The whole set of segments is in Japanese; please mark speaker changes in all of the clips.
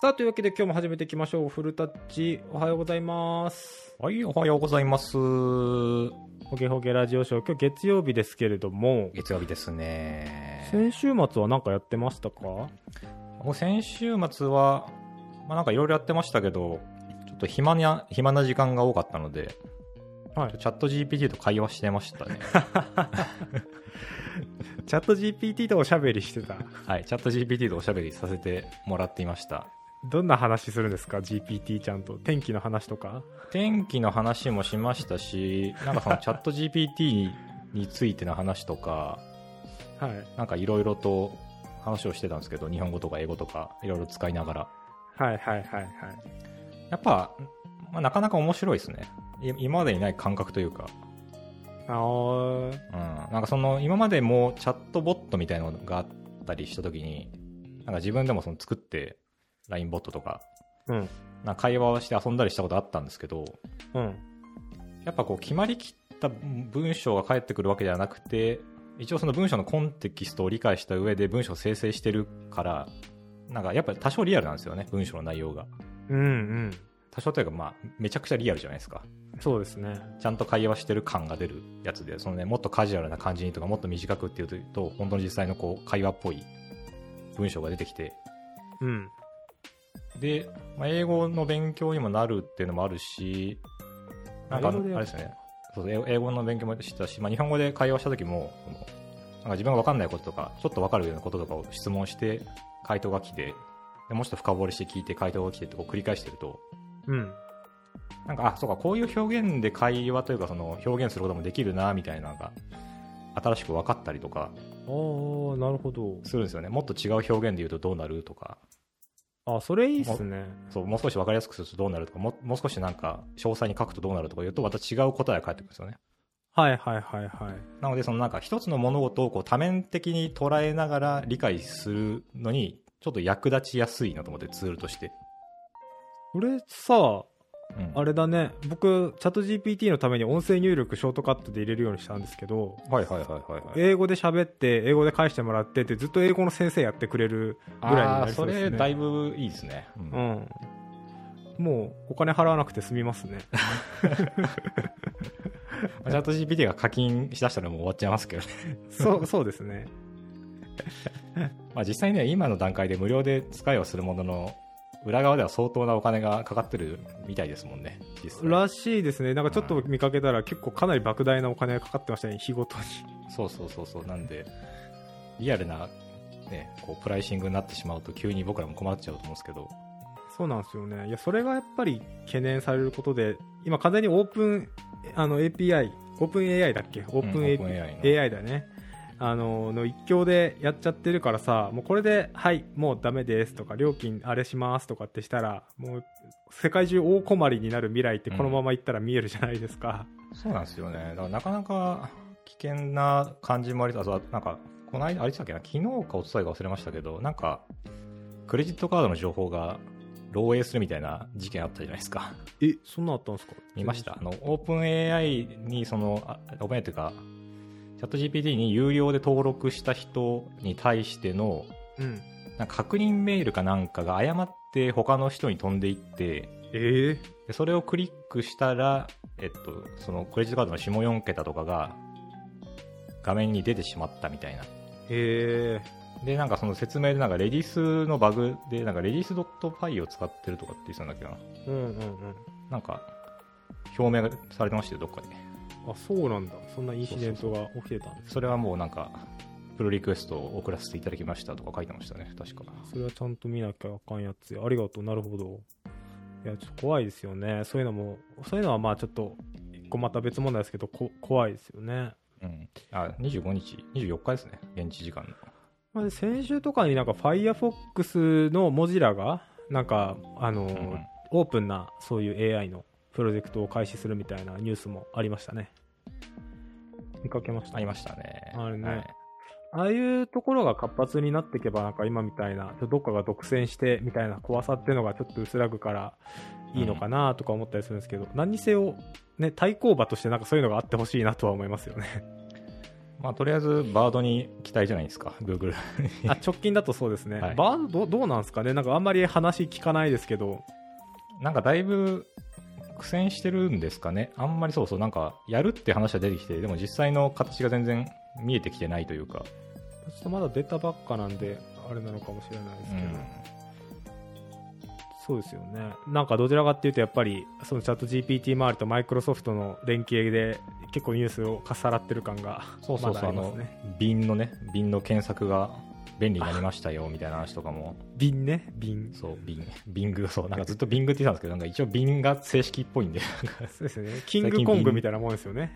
Speaker 1: さあ、というわけで今日も始めていきましょう。フルタッチ、おはようございます。
Speaker 2: はい、おはようございます。
Speaker 1: ほげほげラジオショー、今日月曜日ですけれども、
Speaker 2: 月曜日ですね。
Speaker 1: 先週末は何かやってましたか
Speaker 2: もう先週末は、まあなんかいろいろやってましたけど、ちょっと暇な、暇な時間が多かったので、
Speaker 1: はい
Speaker 2: チャット GPT と会話してました ね。
Speaker 1: チャット GPT とおしゃべりしてた。
Speaker 2: はい、チャット GPT とおしゃべりさせてもらっていました。
Speaker 1: どんな話するんですか ?GPT ちゃんと。天気の話とか
Speaker 2: 天気の話もしましたし、なんかそのチャット GPT についての話とか、
Speaker 1: はい。
Speaker 2: なんかいろいろと話をしてたんですけど、日本語とか英語とかいろいろ使いながら。
Speaker 1: はいはいはいはい。
Speaker 2: やっぱ、まあ、なかなか面白いですね。い今までにない感覚というか、
Speaker 1: あー
Speaker 2: うん、なんかその今までもチャットボットみたいなのがあったりした時に、なんか自分でもその作って LINE ボットとか、
Speaker 1: うん。
Speaker 2: なんか会話をして遊んだりしたことあったんですけど、
Speaker 1: うん。
Speaker 2: やっぱこう決まりきった文章が返ってくるわけではなくて、一応その文章のコンテキストを理解した上で文章を生成してるから、なんかやっぱ多少リアルなんですよね、文章の内容が。
Speaker 1: うんうん。
Speaker 2: 多少というかまあ、めちゃくちゃリアルじゃないですか。
Speaker 1: そうですね。
Speaker 2: ちゃんと会話してる感が出るやつで、そのね、もっとカジュアルな感じにとか、もっと短くっていうと、本当に実際のこう、会話っぽい文章が出てきて、
Speaker 1: うん。
Speaker 2: で、まあ、英語の勉強にもなるっていうのもあるし、なんかあ
Speaker 1: 英語で
Speaker 2: の、
Speaker 1: や
Speaker 2: あ
Speaker 1: る
Speaker 2: れですね、そうそう英英語の勉強もしたし、まあ、日本語で会話した時も、そのなんか自分が分かんないこととか、ちょっと分かるようなこととかを質問して、回答が来て、でもうちょっと深掘りして聞いて、回答が来てってこう繰り返してると、
Speaker 1: うん。
Speaker 2: なんか、あ、そうか、こういう表現で会話というか、その表現することもできるな、みたいなのが、新しく分かったりとか
Speaker 1: あー、なるほど。
Speaker 2: するんですよね。もっと違う表現で言うとどうなるとか、
Speaker 1: あ、それいいっすね。
Speaker 2: そう、もう少し分かりやすくするとどうなるとか、ももう少しなんか、詳細に書くとどうなるとか言うと、また違う答えが返ってくるんですよね。
Speaker 1: はいはいはいはい。
Speaker 2: なので、そのなんか、一つの物事をこう多面的に捉えながら理解するのに、ちょっと役立ちやすいなと思って、ツールとして。
Speaker 1: これさ、
Speaker 2: うん、
Speaker 1: あれだね。僕、チャット GPT のために音声入力ショートカットで入れるようにしたんですけど、
Speaker 2: はいはいはいはい、はい。
Speaker 1: 英語で喋って、英語で返してもらってって、ずっと英語の先生やってくれるぐらいにな
Speaker 2: あー
Speaker 1: り
Speaker 2: そ
Speaker 1: そうですね。
Speaker 2: れ、だいぶいいですね。うん
Speaker 1: うん。もう、お金払わなくて済みますね。
Speaker 2: まあチャット GPT が課金しだしたらもう終わっちゃいますけどね。
Speaker 1: そう、そうですね。
Speaker 2: まあ実際ね、今の段階で無料で使いはするものの、裏側では相当なお金がかかってるみたいですもんね、実際。
Speaker 1: らしいですね。なんかちょっと見かけたら、結構かなり莫大なお金がかかってましたね、日ごとに。
Speaker 2: そうそうそうそう。なんで、リアルな、ね、こう、プライシングになってしまうと急に僕らも困っちゃうと思うんですけど、
Speaker 1: そうなんですよね。いや、それがやっぱり懸念されることで、今完全にオープン、あの API、オープン AI だっけオープン
Speaker 2: OpenAI の
Speaker 1: A- AI だね。あの、の一強でやっちゃってるからさ、もうこれで、はい、もうダメですとか、料金あれしますとかってしたら、もう世界中大困りになる未来ってこのままいったら見えるじゃないですか。
Speaker 2: そうなんですよね。だからなかなか危険な感じもありつつ、あなんか、この間、あれでしたっけな、昨日かおとといか忘れましたけど、なんか、クレジットカードの情報が漏洩するみたいな事件あったじゃないですか。
Speaker 1: え、そんなあったんですか
Speaker 2: 見ました。あの、オープン AI に、その、あオープン AI というか、チャット GPT に有料で登録した人に対しての、
Speaker 1: うん。
Speaker 2: なんか確認メールかなんかが誤って他の人に飛んでいって、
Speaker 1: ええ
Speaker 2: でそれをクリックしたら、えっと、そのクレジットカードの下4桁とかが画面に出てしまったみたいな。
Speaker 1: ええ
Speaker 2: で、なんかその説明で、なんかレディスのバグで、なんかレディス .py を使ってるとかって言ってたんだっけどな。
Speaker 1: うんうんうん。
Speaker 2: なんか、表明がされてましたよ、どっかに。
Speaker 1: あ、そうなんだ。そんなインシデントが起きてたんです
Speaker 2: それはもうなんか、プロリクエストを送らせていただきましたとか書いてましたね、確か。
Speaker 1: それはちゃんと見なきゃあかんやつやありがとう、なるほど。いや、ちょっと怖いですよね。そういうのも、そういうのはまあちょっと、一個また別問題ですけど、こ怖いですよね。
Speaker 2: うん。あ、25日、24日ですね、現地時間の。
Speaker 1: まあ、先週とかになんか Firefox のモジラが、なんか、あの、
Speaker 2: うん
Speaker 1: オープンなそういう AI のプロジェクトを開始するみたいなニュースもありましたね。見かけました。
Speaker 2: ありましたね。
Speaker 1: あれね
Speaker 2: はい
Speaker 1: ああいうところが活発になっていけば、なんか今みたいな、どっかが独占してみたいな怖さっていうのがちょっと薄らぐからいいのかなとか思ったりするんですけど、何にせよ、ね、対抗馬としてなんかそういうのがあってほしいなとは思いますよね。
Speaker 2: まあ、とりあえずバードに期待じゃないですか、Google。
Speaker 1: あ直近だとそうですね、
Speaker 2: はい
Speaker 1: バードどどうなんですかねなんかあんまり話聞かないですけど
Speaker 2: なんかだいぶ苦戦してるんですかね、あんまりそうそう、なんかやるって話は出てきて、でも実際の形が全然見えてきてないというか、
Speaker 1: ちょっとまだ出たばっかなんであれなのかもしれないですけど、そうですよねなんかどちらかっていうとやっぱりそのチャット GPT 周りとマイクロソフトの連携で結構ニュースをかっさらってる感が
Speaker 2: そうそう
Speaker 1: ま
Speaker 2: そう、
Speaker 1: だあ
Speaker 2: あ
Speaker 1: ります
Speaker 2: の
Speaker 1: ね
Speaker 2: 瓶のね、瓶の検索が便利になりましたよみたいな話とかも、
Speaker 1: 瓶ね瓶
Speaker 2: そう、瓶、ビング、 そう、なんかずっとビングって言ってたんですけど、なんか一応瓶が正式っぽいんで、
Speaker 1: そうですよ ねキングコングみたいなもんですよね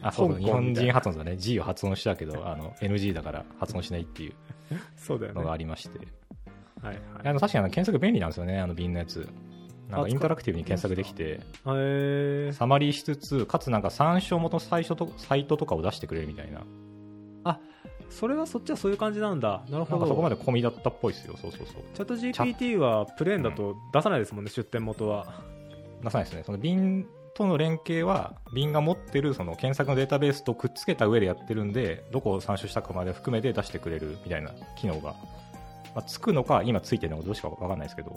Speaker 2: あ、そうそ
Speaker 1: 香
Speaker 2: う、
Speaker 1: 港
Speaker 2: 日本
Speaker 1: みたい
Speaker 2: 人
Speaker 1: な
Speaker 2: 発音だね、G を発音したけど、あの NG だから発音しないっていう
Speaker 1: そうだよね
Speaker 2: のが
Speaker 1: は
Speaker 2: あ
Speaker 1: い
Speaker 2: りまして。
Speaker 1: はい
Speaker 2: あの確かにあの検索便利なんですよね、あの瓶のやつ。なんかインタラクティブに検索できて、
Speaker 1: えー、
Speaker 2: サマリーしつつ、かつなんか参照元の最初とサイトとかを出してくれるみたいな、
Speaker 1: それはそっちはそういう感じなんだなる
Speaker 2: な
Speaker 1: ほ
Speaker 2: んかそこま
Speaker 1: ど
Speaker 2: で込みだったっぽいですよ、そうそうそう。
Speaker 1: チャット GPT はプレーンだと出さないですもんね、出店元は
Speaker 2: 出さないですね、その瓶との連携は、瓶が持ってるその検索のデータベースとくっつけた上でやってるんで、どこを参照したかまで含めて出してくれるみたいな機能が、まあ、つくのか、今ついてるのかどうしかわかんないですけど、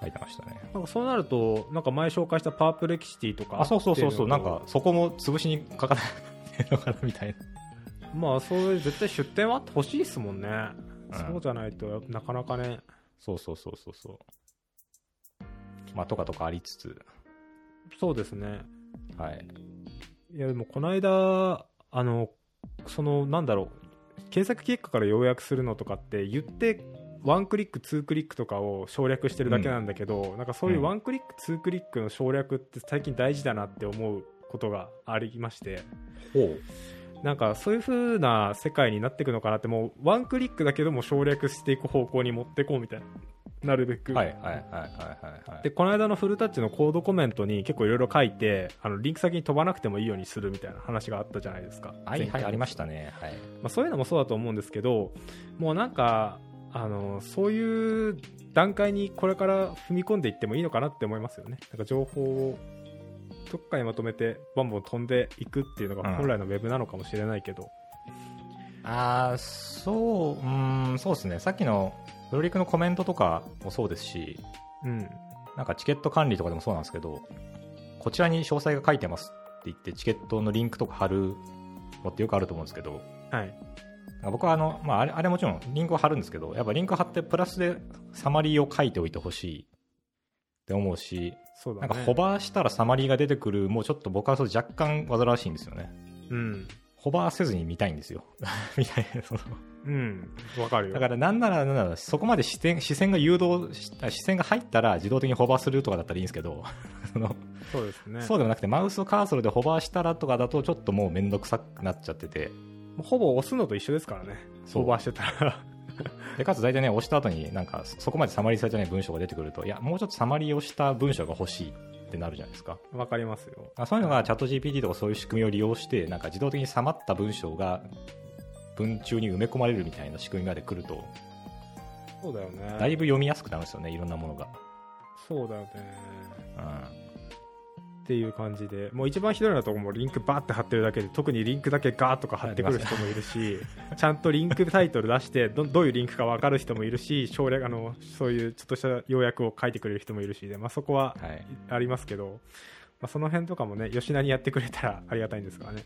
Speaker 2: 書いてましたね。
Speaker 1: なんかそうなるとなんか前紹介したパープレキシティとか
Speaker 2: あ、そうそうそうそう、
Speaker 1: って
Speaker 2: ないん
Speaker 1: のと
Speaker 2: かそこも潰しにかかってるのかなみたいな。
Speaker 1: まあそういう絶対出店はあってほしいですもんね、
Speaker 2: うん
Speaker 1: そうじゃないとなかなかね
Speaker 2: そうそうそうそうそう。まあ、とかとかありつつ、
Speaker 1: そうですね
Speaker 2: はい。
Speaker 1: いやでもこの間あのそのなんだろう検索結果から要約するのとかって言ってワンクリックツークリックとかを省略してるだけなんだけど、なんかそういうワンクリックツークリックの省略って最近大事だなって思うことがありまして
Speaker 2: ほう。
Speaker 1: なんかそういう風な世界になっていくのかなってもうワンクリックだけども省略していく方向に持ってこうみたいななるべく、
Speaker 2: はいはいはいはいはい。
Speaker 1: で、この間のフルタッチのコードコメントに結構いろいろ書いてあのリンク先に飛ばなくてもいいようにするみたいな話があったじゃないですか、
Speaker 2: はい
Speaker 1: 前
Speaker 2: は
Speaker 1: 回
Speaker 2: い、
Speaker 1: の
Speaker 2: ありましたね。はい。
Speaker 1: まあ、そういうのもそうだと思うんですけどもうなんかあのそういう段階にこれから踏み込んでいってもいいのかなって思いますよねなんか情報をどっかにまとめてバンバン飛んでいくっていうの
Speaker 2: う
Speaker 1: が
Speaker 2: ん
Speaker 1: 本来のウェブなのかもしれないけど、
Speaker 2: あーそう、うーん、そうですね。さっきの、プロリクのコメントとかもそうですし、
Speaker 1: うん、
Speaker 2: なんかチケット管理とかでもそうなんですけど、こちらに詳細が書いてますって言って、チケットのリンクとか貼るのってよくあると思うんですけど、
Speaker 1: はい
Speaker 2: なんか僕はあの、まあ、あれ、あれもちろんリンクを貼るんですけど、やっぱリンク貼ってプラスでサマリーを書いておいてほしいって思うし、
Speaker 1: そうだ
Speaker 2: な
Speaker 1: ね
Speaker 2: んかホバーしたらサマリーが出てくる、もうちょっと僕はそれ若干煩わしいんですよね。
Speaker 1: うん
Speaker 2: ホバーせずに見たいん ですよ。みたいな、その。
Speaker 1: うんわかるよ
Speaker 2: だからなんならなんなら、そこまで視点、視線が誘導し、あ視線が入ったら自動的にホバーするとかだったらいいんですけど、 その、
Speaker 1: そうですね
Speaker 2: そうでもなくてマウスをカーソルでホバーしたらとかだとちょっともうめんどくさくなっちゃってて、
Speaker 1: ほぼ押すのと一緒ですからね
Speaker 2: そう
Speaker 1: オーバーしてたら
Speaker 2: で、かつ大体ね、押した後になんかそそこまでサマリーされてない文章が出てくると、いや、もうちょっとサマリーをした文章が欲しいってなるじゃないですか。
Speaker 1: わかりますよ。
Speaker 2: あそういうのがチャット GPT とかそういう仕組みを利用して、なんか自動的にさまった文章が文中に埋め込まれるみたいな仕組みまで来ると、
Speaker 1: そうだよね。
Speaker 2: だいぶ読みやすくなるんですよね、いろんなものが。
Speaker 1: そうだよね。
Speaker 2: うん
Speaker 1: っていう感じで、もう一番ひどいなとこもリンクバーって貼ってるだけで、特にリンクだけガーッとか貼ってくる人もいる し、ちゃんとリンクタイトル出してど、どういうリンクか分かる人もいるし、省略あのそういうちょっとした要約を書いてくれる人もいるしで、まあ、そこは
Speaker 2: はい。
Speaker 1: ありますけど、まあ、その辺とかもね、吉田にやってくれたらありがたいんですがね。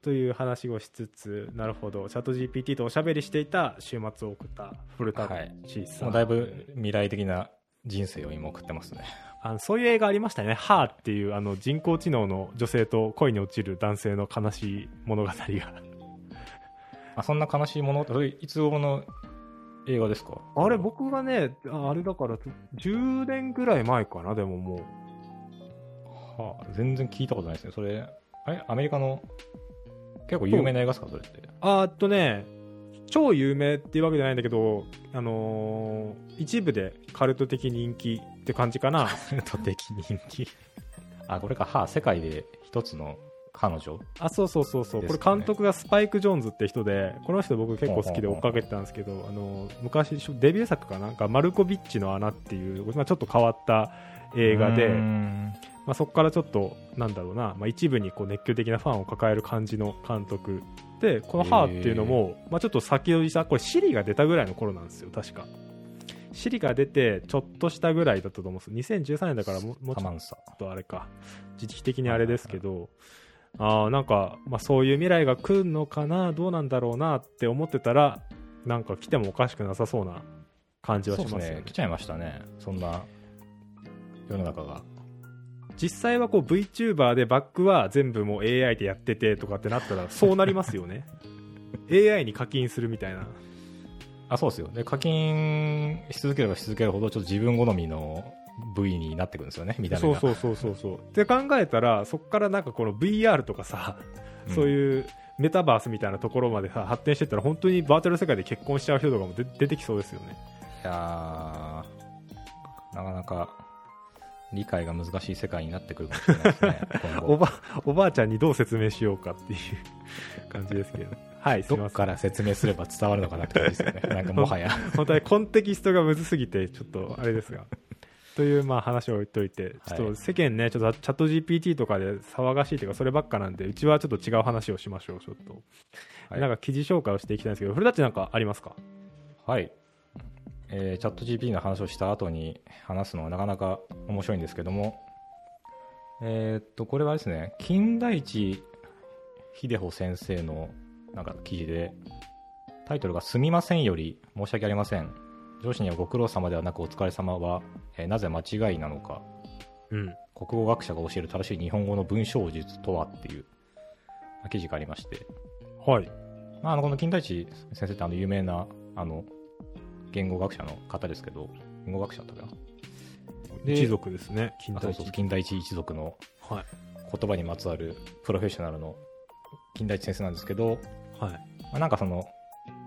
Speaker 1: という話をしつつ、なるほど、チャット GPT とおしゃべりしていた週末を送った古田氏
Speaker 2: うん、
Speaker 1: さ
Speaker 2: も
Speaker 1: ん、
Speaker 2: うだいぶ未来的な人生を今送ってますね。
Speaker 1: あのそういう映画ありましたね「ハーっていうあの人工知能の女性と恋に落ちる男性の悲しい物語が
Speaker 2: あそんな悲しいものそれいつ頃の映画ですか
Speaker 1: あれ僕がねああれだから10年ぐらい前かなでももう
Speaker 2: はあ、全然聞いたことないですね。それ、あれアメリカの結構有名な映画ですかそれって。
Speaker 1: あーっとね超有名っていうわけじゃないんだけど、あのー一部でカルト的人気って感じか な
Speaker 2: カルト的人気。あ、これか、はあ、世界で一つの彼女
Speaker 1: あそうそうそうそう、
Speaker 2: で
Speaker 1: こ
Speaker 2: す
Speaker 1: れ
Speaker 2: ね
Speaker 1: 監督がスパイク・ジョーンズって人でこの人僕結構好きで追っかけてたんですけど、あのー昔デビュー作かなんか「マルコビッチの穴」っていう、まあ、ちょっと変わった映画で
Speaker 2: うーん
Speaker 1: まあ、そこからちょっとなんだろうな、まあ、一部にこう熱狂的なファンを抱える感じの監督でこの「ハーっていうのも、まあ、ちょっと先取りしたこれシリが出たぐらいの頃なんですよ確かシリが出てちょっとしたぐらいだったと思うんです2013年だからももうち
Speaker 2: サ
Speaker 1: ょ
Speaker 2: マ
Speaker 1: っ
Speaker 2: ンサ。
Speaker 1: とあれか時期的にあれですけど、あーなんか、まあ、そういう未来が来るのかなどうなんだろうなって思ってたらなんか来てもおかしくなさそうな感じはし
Speaker 2: そう
Speaker 1: ま
Speaker 2: ですす
Speaker 1: よね
Speaker 2: ね。来ちゃいましたね。そんな世の中が。
Speaker 1: 実際はこう VTuber でバックは全部もう AI でやっててとかってなったらそうなりますよ ね AI に課金するみたいな
Speaker 2: あ、そうですよ。で、課金し続ければし続けるほど、ちょっと自分好みの部位になってくるんですよね、見た目
Speaker 1: そう
Speaker 2: が。
Speaker 1: そうそうそうそうって考えたらそっからなんかこの VR とかさ、
Speaker 2: ん
Speaker 1: そういうメタバースみたいなところまでさ発展してったら本当にバーチャル世界で結婚しちゃう人とかも出出てきそうですよね
Speaker 2: いやーなかなか理解が難しい世界になってくるかもしれないですね、今
Speaker 1: お
Speaker 2: 後。
Speaker 1: ばおばあちゃんにどう説明しようかっていう感じですけどはいすい
Speaker 2: ど
Speaker 1: ま
Speaker 2: っ
Speaker 1: せん
Speaker 2: から説明すれば伝わるのかなって感じですよね。なんかもはや。
Speaker 1: 本当にコンテキストがむずすぎてちょっとあれです がというまあ話を置いといてちょっと世間ねちょっとチャット GPT とかで騒がしいというかそればっかなんでうちはちょっと違う話をしましょうちょっと、
Speaker 2: はい
Speaker 1: なんか記事紹介をしていきたいんですけど古舘なんかありますか
Speaker 2: はい。えーチャット GP の話をした後に話すのはなかなか面白いんですけども、えーっと、これはですね、金田一秀穂先生のなんか記事で、タイトルがすみませんより申し訳ありません。上司にはご苦労様ではなくお疲れ様は、えーなぜ間違いなのか。
Speaker 1: うん
Speaker 2: 国語学者が教える正しい日本語の文章術とはっていうまあ記事がありまして、
Speaker 1: はい
Speaker 2: まあ、あのこの金田一先生ってあの有名なあの言語学者の方ですけど、言語学者だったかで
Speaker 1: 一族ですね近
Speaker 2: な
Speaker 1: 代
Speaker 2: あそう
Speaker 1: 一
Speaker 2: そう
Speaker 1: 族
Speaker 2: 金田一一族の
Speaker 1: はい
Speaker 2: 言葉にまつわるプロフェッショナルの金田一先生なんですけど、
Speaker 1: はい
Speaker 2: まあ、なんかその、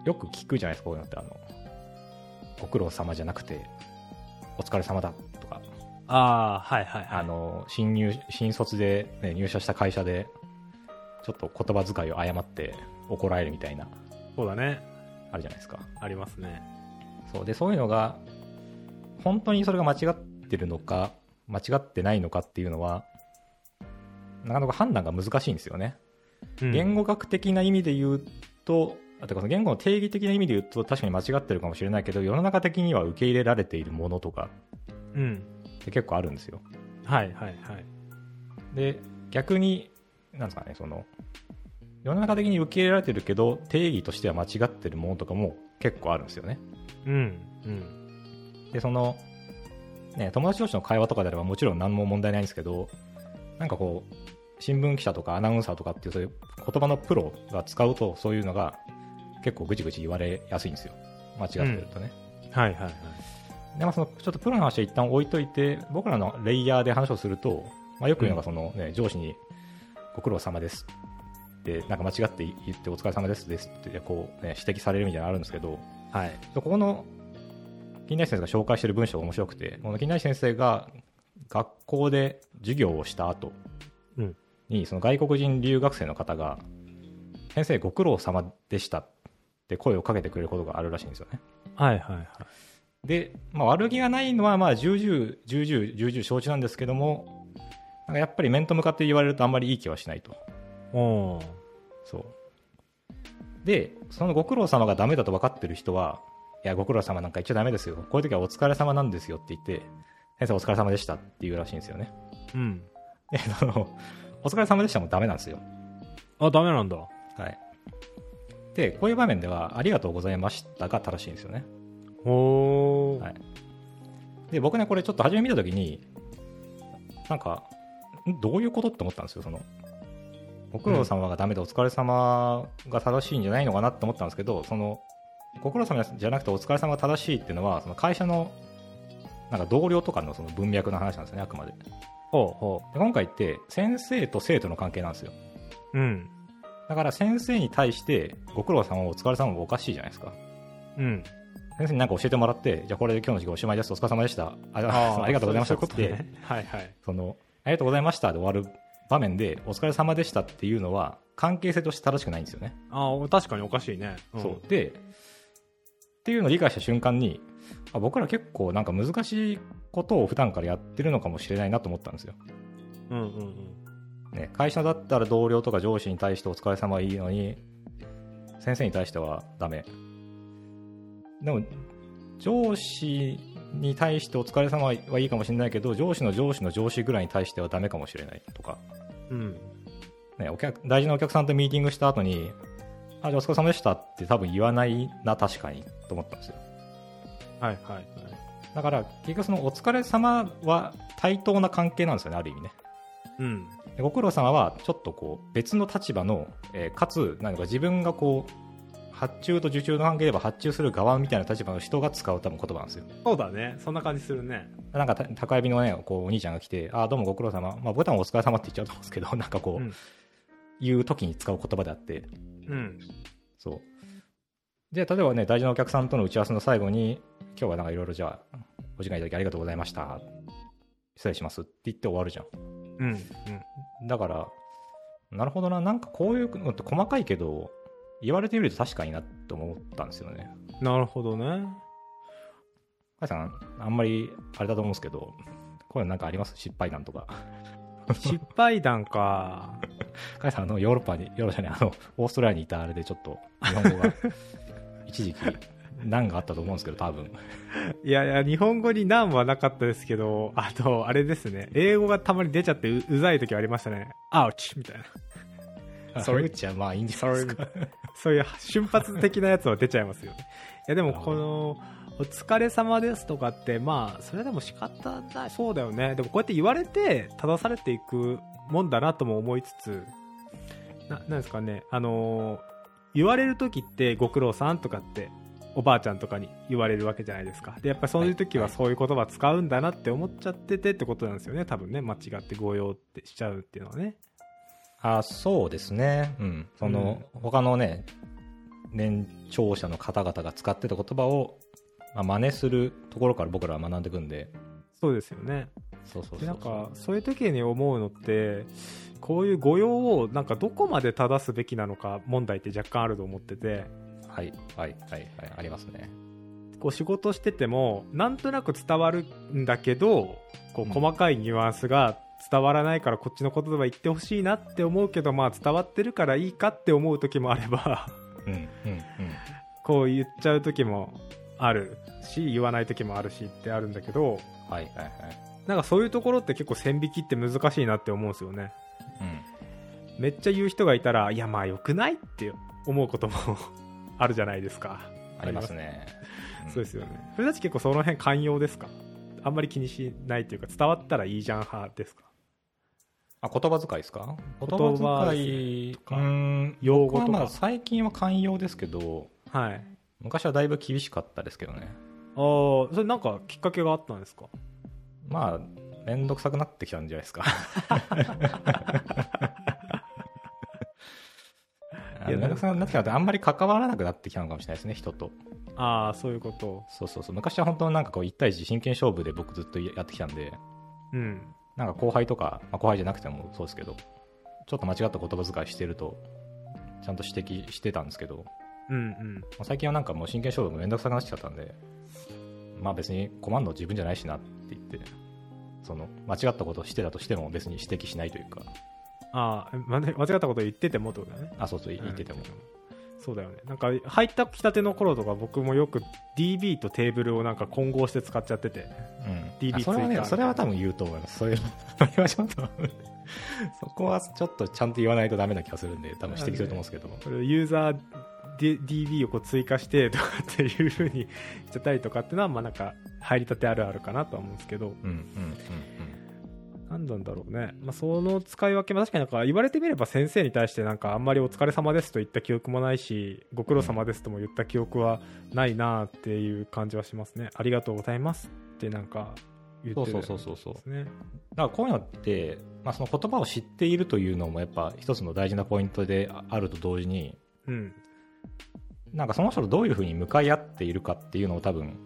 Speaker 2: よく聞くじゃないですか、こういうのって、あの、ご苦労様じゃなくて、お疲れ様だとか、
Speaker 1: ああーはいはいはい
Speaker 2: あの新入新卒で、ね、入社した会社でちょっと言葉遣いを誤って怒られるみたいな
Speaker 1: そうだね
Speaker 2: あるじゃないですか
Speaker 1: ありますね
Speaker 2: そうでそういうのが本当にそれが間違ってるのか間違ってないのかっていうのはなかなか判断が難しいんですよね、
Speaker 1: うん
Speaker 2: 言語学的な意味で言うとあてかその言語の定義的な意味で言うと確かに間違ってるかもしれないけど世の中的には受け入れられているものとか
Speaker 1: うん
Speaker 2: って結構あるんですよ
Speaker 1: はいはいはい
Speaker 2: で逆になんですかねその世の中的に受け入れられてるけど定義としては間違ってるものとかも結構あるんですよね
Speaker 1: うんうん
Speaker 2: でそのね友達同士の会話とかであればもちろん何も問題ないんですけどなんかこう新聞記者とかアナウンサーとかっていうそういう言葉のプロが使うとそういうのが結構ぐちぐち言われやすいんですよ間違ってるとね、
Speaker 1: はいはいはい
Speaker 2: でまあ、そのちょっとプロの話は一旦置いといて僕らのレイヤーで話をすると、まあ、よく言うのがその、ね上司に「ご苦労様です」ってなんか間違って言って「お疲れ様です」ですってこう、ね、指摘されるみたいなのあるんですけど
Speaker 1: はい
Speaker 2: ここの金田一先生が紹介している文章が面白くてこの金田一先生が学校で授業をした後
Speaker 1: うん
Speaker 2: にその外国人留学生の方が「先生ご苦労様でした」って声をかけてくれることがあるらしいんですよね。
Speaker 1: はいはいはい
Speaker 2: で、まあ、悪気がないのは、まあ、重々、重々、重々承知なんですけども、なんかやっぱり面と向かって言われるとあんまりいい気はしないと。
Speaker 1: おー
Speaker 2: そう。で、そのご苦労様がダメだと分かってる人は、いや、ご苦労様なんか言っちゃダメですよ。こういう時はお疲れ様なんですよって言って、先生お疲れ様でしたって言うらしいんですよね。
Speaker 1: うん
Speaker 2: で、その、お疲れ様でしたもダメなんですよ。
Speaker 1: あダメなんだ
Speaker 2: はい。で、こういう場面では、ありがとうございましたが正しいんですよね。
Speaker 1: おー
Speaker 2: はいで僕ねこれちょっと初め見た時になんかんどういうことって思ったんですよそのご苦労様がダメでお疲れ様が正しいんじゃないのかなって思ったんですけどそのご苦労様じゃなくてお疲れ様が正しいっていうのはその会社のなんか同僚とかのその文脈の話なんですよねあくまでで
Speaker 1: ほうほ
Speaker 2: 今回って先生と生徒の関係なんですよ
Speaker 1: ううん
Speaker 2: だから先生に対してご苦労様お疲れ様もおかしいじゃないですか
Speaker 1: うん
Speaker 2: 先生に何か教えてもらってじゃあこれで今日の授業おしまいですお疲れ様でしたあ
Speaker 1: あ
Speaker 2: ありがとうございましたっつって
Speaker 1: はいはい
Speaker 2: その、ありがとうございましたで終わる場面で、お疲れ様でしたっていうのは、関係性として正しくないんですよね。
Speaker 1: ああ確かにおかしいね、ん
Speaker 2: そう。で、っていうのを理解した瞬間に、あ僕ら結構なんか難しいことを普段からやってるのかもしれないなと思ったんですよ。
Speaker 1: うんうんうん
Speaker 2: ね、会社だったら同僚とか上司に対してお疲れ様はいいのに先生に対してはダメでも上司に対してお疲れ様はいいかもしれないけど上司の上司の上司ぐらいに対してはダメかもしれないとか、
Speaker 1: うん
Speaker 2: ね、お客大事なお客さんとミーティングした後に「あじゃあお疲れ様でした」って多分言わないな確かにと思ったんですよ
Speaker 1: はいはいはい
Speaker 2: だから結局その「お疲れ様は対等な関係なんですよねある意味ね
Speaker 1: うん
Speaker 2: でご苦労様はちょっとこう別の立場の、えーかつ何か自分がこう発注と受注の関係では発注する側みたいな立場の人が使う多分言葉なんですよ
Speaker 1: そうだねそんな感じするね
Speaker 2: なんかた宅配便のねこうお兄ちゃんが来て「あーどうもご苦労様、まあボタンお疲れ様って言っちゃうと思うんですけど なんかこう、
Speaker 1: うん
Speaker 2: 言う時に使う言葉であって
Speaker 1: うん
Speaker 2: そうで例えばね大事なお客さんとの打ち合わせの最後に「今日はなんかいろいろじゃあお時間いただきありがとうございました失礼します」って言って終わるじゃん
Speaker 1: うんうん
Speaker 2: だから、なるほどな、なんかこういうのって細かいけど、言われてみると確かになと思ったんですよね。
Speaker 1: なるほど ね
Speaker 2: カイさん、あんまりあれだと思うんですけど、こういうのなんかあります失敗談とか。
Speaker 1: 失敗談か
Speaker 2: カイさん、あの、ヨーロッパに、ヨーロッパじゃない、あの、オーストラリアにいたあれでちょっと、日本語が、一時期、難があったと思うんですけど、多分。
Speaker 1: いやいや日本語に難はなかったですけどあとあれですね英語がたまに出ちゃってううざい時はありましたねアウチみたいな
Speaker 2: そ
Speaker 1: Sorry
Speaker 2: れうちはまあいいんじゃないですか。
Speaker 1: そういう瞬発的なやつは出ちゃいますよね。いやでもこの、お疲れ様ですとかって、まあ、それでも仕方ない。そうだよね。でもこうやって言われて、正されていくもんだなとも思いつつ、な、なんですかね、あのー言われる時って、ご苦労さんとかって、おばあちゃんとかに言われるわけじゃないですか。で、やっぱりそういう時は
Speaker 2: はい
Speaker 1: そういう言葉使うんだなって思っちゃっててってことなんですよね。多分ね、間違って誤用ってしちゃうっていうのはね。
Speaker 2: あそうですね、うん、その、他のね、年長者の方々が使ってた言葉を、まあ、真似するところから僕らは学んでいくんで、
Speaker 1: そうですよね。
Speaker 2: そうそうそう
Speaker 1: でなんかそういう時に思うのってこういう誤用をなんかどこまで正すべきなのか問題って若干あると思ってて
Speaker 2: はい、はい、はい、はい、ありますね。
Speaker 1: こう仕事しててもなんとなく伝わるんだけどこ
Speaker 2: う
Speaker 1: うん細かいニュアンスが伝わらないからこっちの言葉言ってほしいなって思うけどまあ伝わってるからいいかって思う時もあれば
Speaker 2: うん、うん、うん。
Speaker 1: こう言っちゃう時もあるし言わない時もあるしってあるんだけど
Speaker 2: はい、はい、はい。
Speaker 1: なんかそういうところって結構線引きって難しいなって思うんですよね。
Speaker 2: うん。
Speaker 1: めっちゃ言う人がいたらいやまあ良くないって思うことも あるじゃないですか、
Speaker 2: ありますね。ん
Speaker 1: そうですよねそれたち結構その辺寛容ですかあんまり気にしないというか伝わったらいいじゃん派ですか
Speaker 2: あ、言葉遣いですか言
Speaker 1: 葉遣い
Speaker 2: 葉遣いとか。うん。
Speaker 1: 用
Speaker 2: 僕
Speaker 1: 語
Speaker 2: は
Speaker 1: と
Speaker 2: ま
Speaker 1: か
Speaker 2: あ最近は寛容ですけど、
Speaker 1: はい
Speaker 2: 昔はだいぶ厳しかったですけどね。
Speaker 1: あーそれなんかきっかけがあったんですか
Speaker 2: まあ、めんどくさくなってきたんじゃないですか。
Speaker 1: い
Speaker 2: い
Speaker 1: や
Speaker 2: やめんどくさくなってきたのってあんまり関わらなくなってきたのかもしれないですね、人と。
Speaker 1: ああそういうこと
Speaker 2: そうそうそう。昔は本当なんかこう、1対1真剣勝負で僕ずっとやってきたんで、
Speaker 1: うん
Speaker 2: なんか後輩とか、まあ、後輩じゃなくてもそうですけど、ちょっと間違った言葉遣いしてると、ちゃんと指摘してたんですけど、
Speaker 1: うんうん
Speaker 2: まあ最近はなんかもう真剣勝負もめんどくさくなってきちゃったんで、まあ別に困るの自分じゃないしなって言って、その、間違ったことをしてたとしても別に指摘しないというか、
Speaker 1: ああ間違ったこと言っててもってことだね
Speaker 2: あ、そうそう、言ってても。
Speaker 1: そうだよねなんか入ったきたての頃とか僕もよく DB とテーブルをなんか混合して使っちゃってて
Speaker 2: うん
Speaker 1: DB
Speaker 2: あそれは
Speaker 1: 追加
Speaker 2: ね、それは多分言う と思います。それは、それはちょっと、そこはちょっとちゃんと言わないとダメな気がするんで、多分指摘すると思うんですけど。
Speaker 1: これユーザー D- DB をこう追加して とかっていう風にしちゃったりとかっていうのはまあなんか入りたてあるあるかなとは思うんですけど
Speaker 2: うん、うん、うん、
Speaker 1: 何なんだろうね、まあ、その使い分けも確かになんか言われてみれば先生に対してなんかあんまりお疲れ様ですと言った記憶もないしご苦労様ですとも言った記憶はないなっていう感じはしますねありがとうございますってなんか言っ
Speaker 2: そう
Speaker 1: て
Speaker 2: そ
Speaker 1: る
Speaker 2: うそうそうそう。
Speaker 1: ですね
Speaker 2: だからこういうのって、まあ、その言葉を知っているというのもやっぱ一つの大事なポイントでああると同時に
Speaker 1: うん
Speaker 2: なんかその人とどういうふうに向かい合っているかっていうのも多分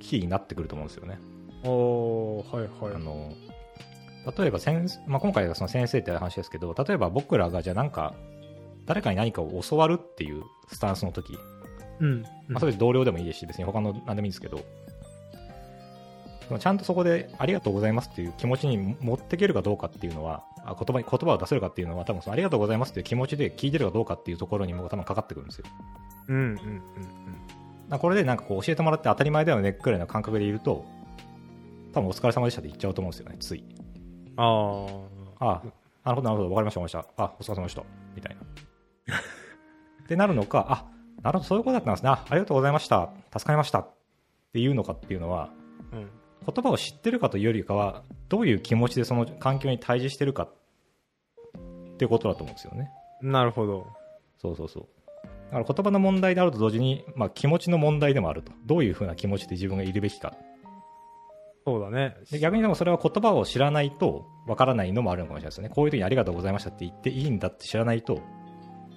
Speaker 2: キーになってくると思うんですよね。
Speaker 1: おーはいはい
Speaker 2: あの例えば先、まあ、今回がその先生って話ですけど例えば僕らがじゃあなんか誰かに何かを教わるっていうスタンスの時、
Speaker 1: うん、うん
Speaker 2: まあ、それ同僚でもいいですし別に他の何でもいいんですけどそのちゃんとそこでありがとうございますっていう気持ちに持っていけるかどうかっていうのは、あ言葉に言葉を出せるかっていうのは、多分そのありがとうございますっていう気持ちで聞いてるかどうかっていうところにも多分かかってくるんですよ。
Speaker 1: うんうんうん
Speaker 2: だからこれでなんかこう教えてもらって当たり前だよねくらいの感覚でいると、多分お疲れ様でしたって言っちゃうと思うんですよね、つい。
Speaker 1: うん。あ
Speaker 2: ああ、なるほど、なるほど、わかりました、わかりました。あ、お疲れ様でした。みたいな。ってなるのか、あ、なるほど、そういうことだったんですね。あありがとうございました。助かりました。っていうのかっていうのは、
Speaker 1: あ。うん。
Speaker 2: 言葉を知ってるかというよりかは、どういう気持ちでその環境に対峙してるかっていうことだと思うんですよね。
Speaker 1: なるほど。
Speaker 2: そうそうそう。だから言葉の問題であると同時に、まあ、気持ちの問題でもあると。どういうふうな気持ちで自分がいるべきか。
Speaker 1: そうだね。
Speaker 2: で逆にでもそれは言葉を知らないとわからないのもあるのかもしれないですよね。こういう時にありがとうございましたって言っていいんだって知らないと、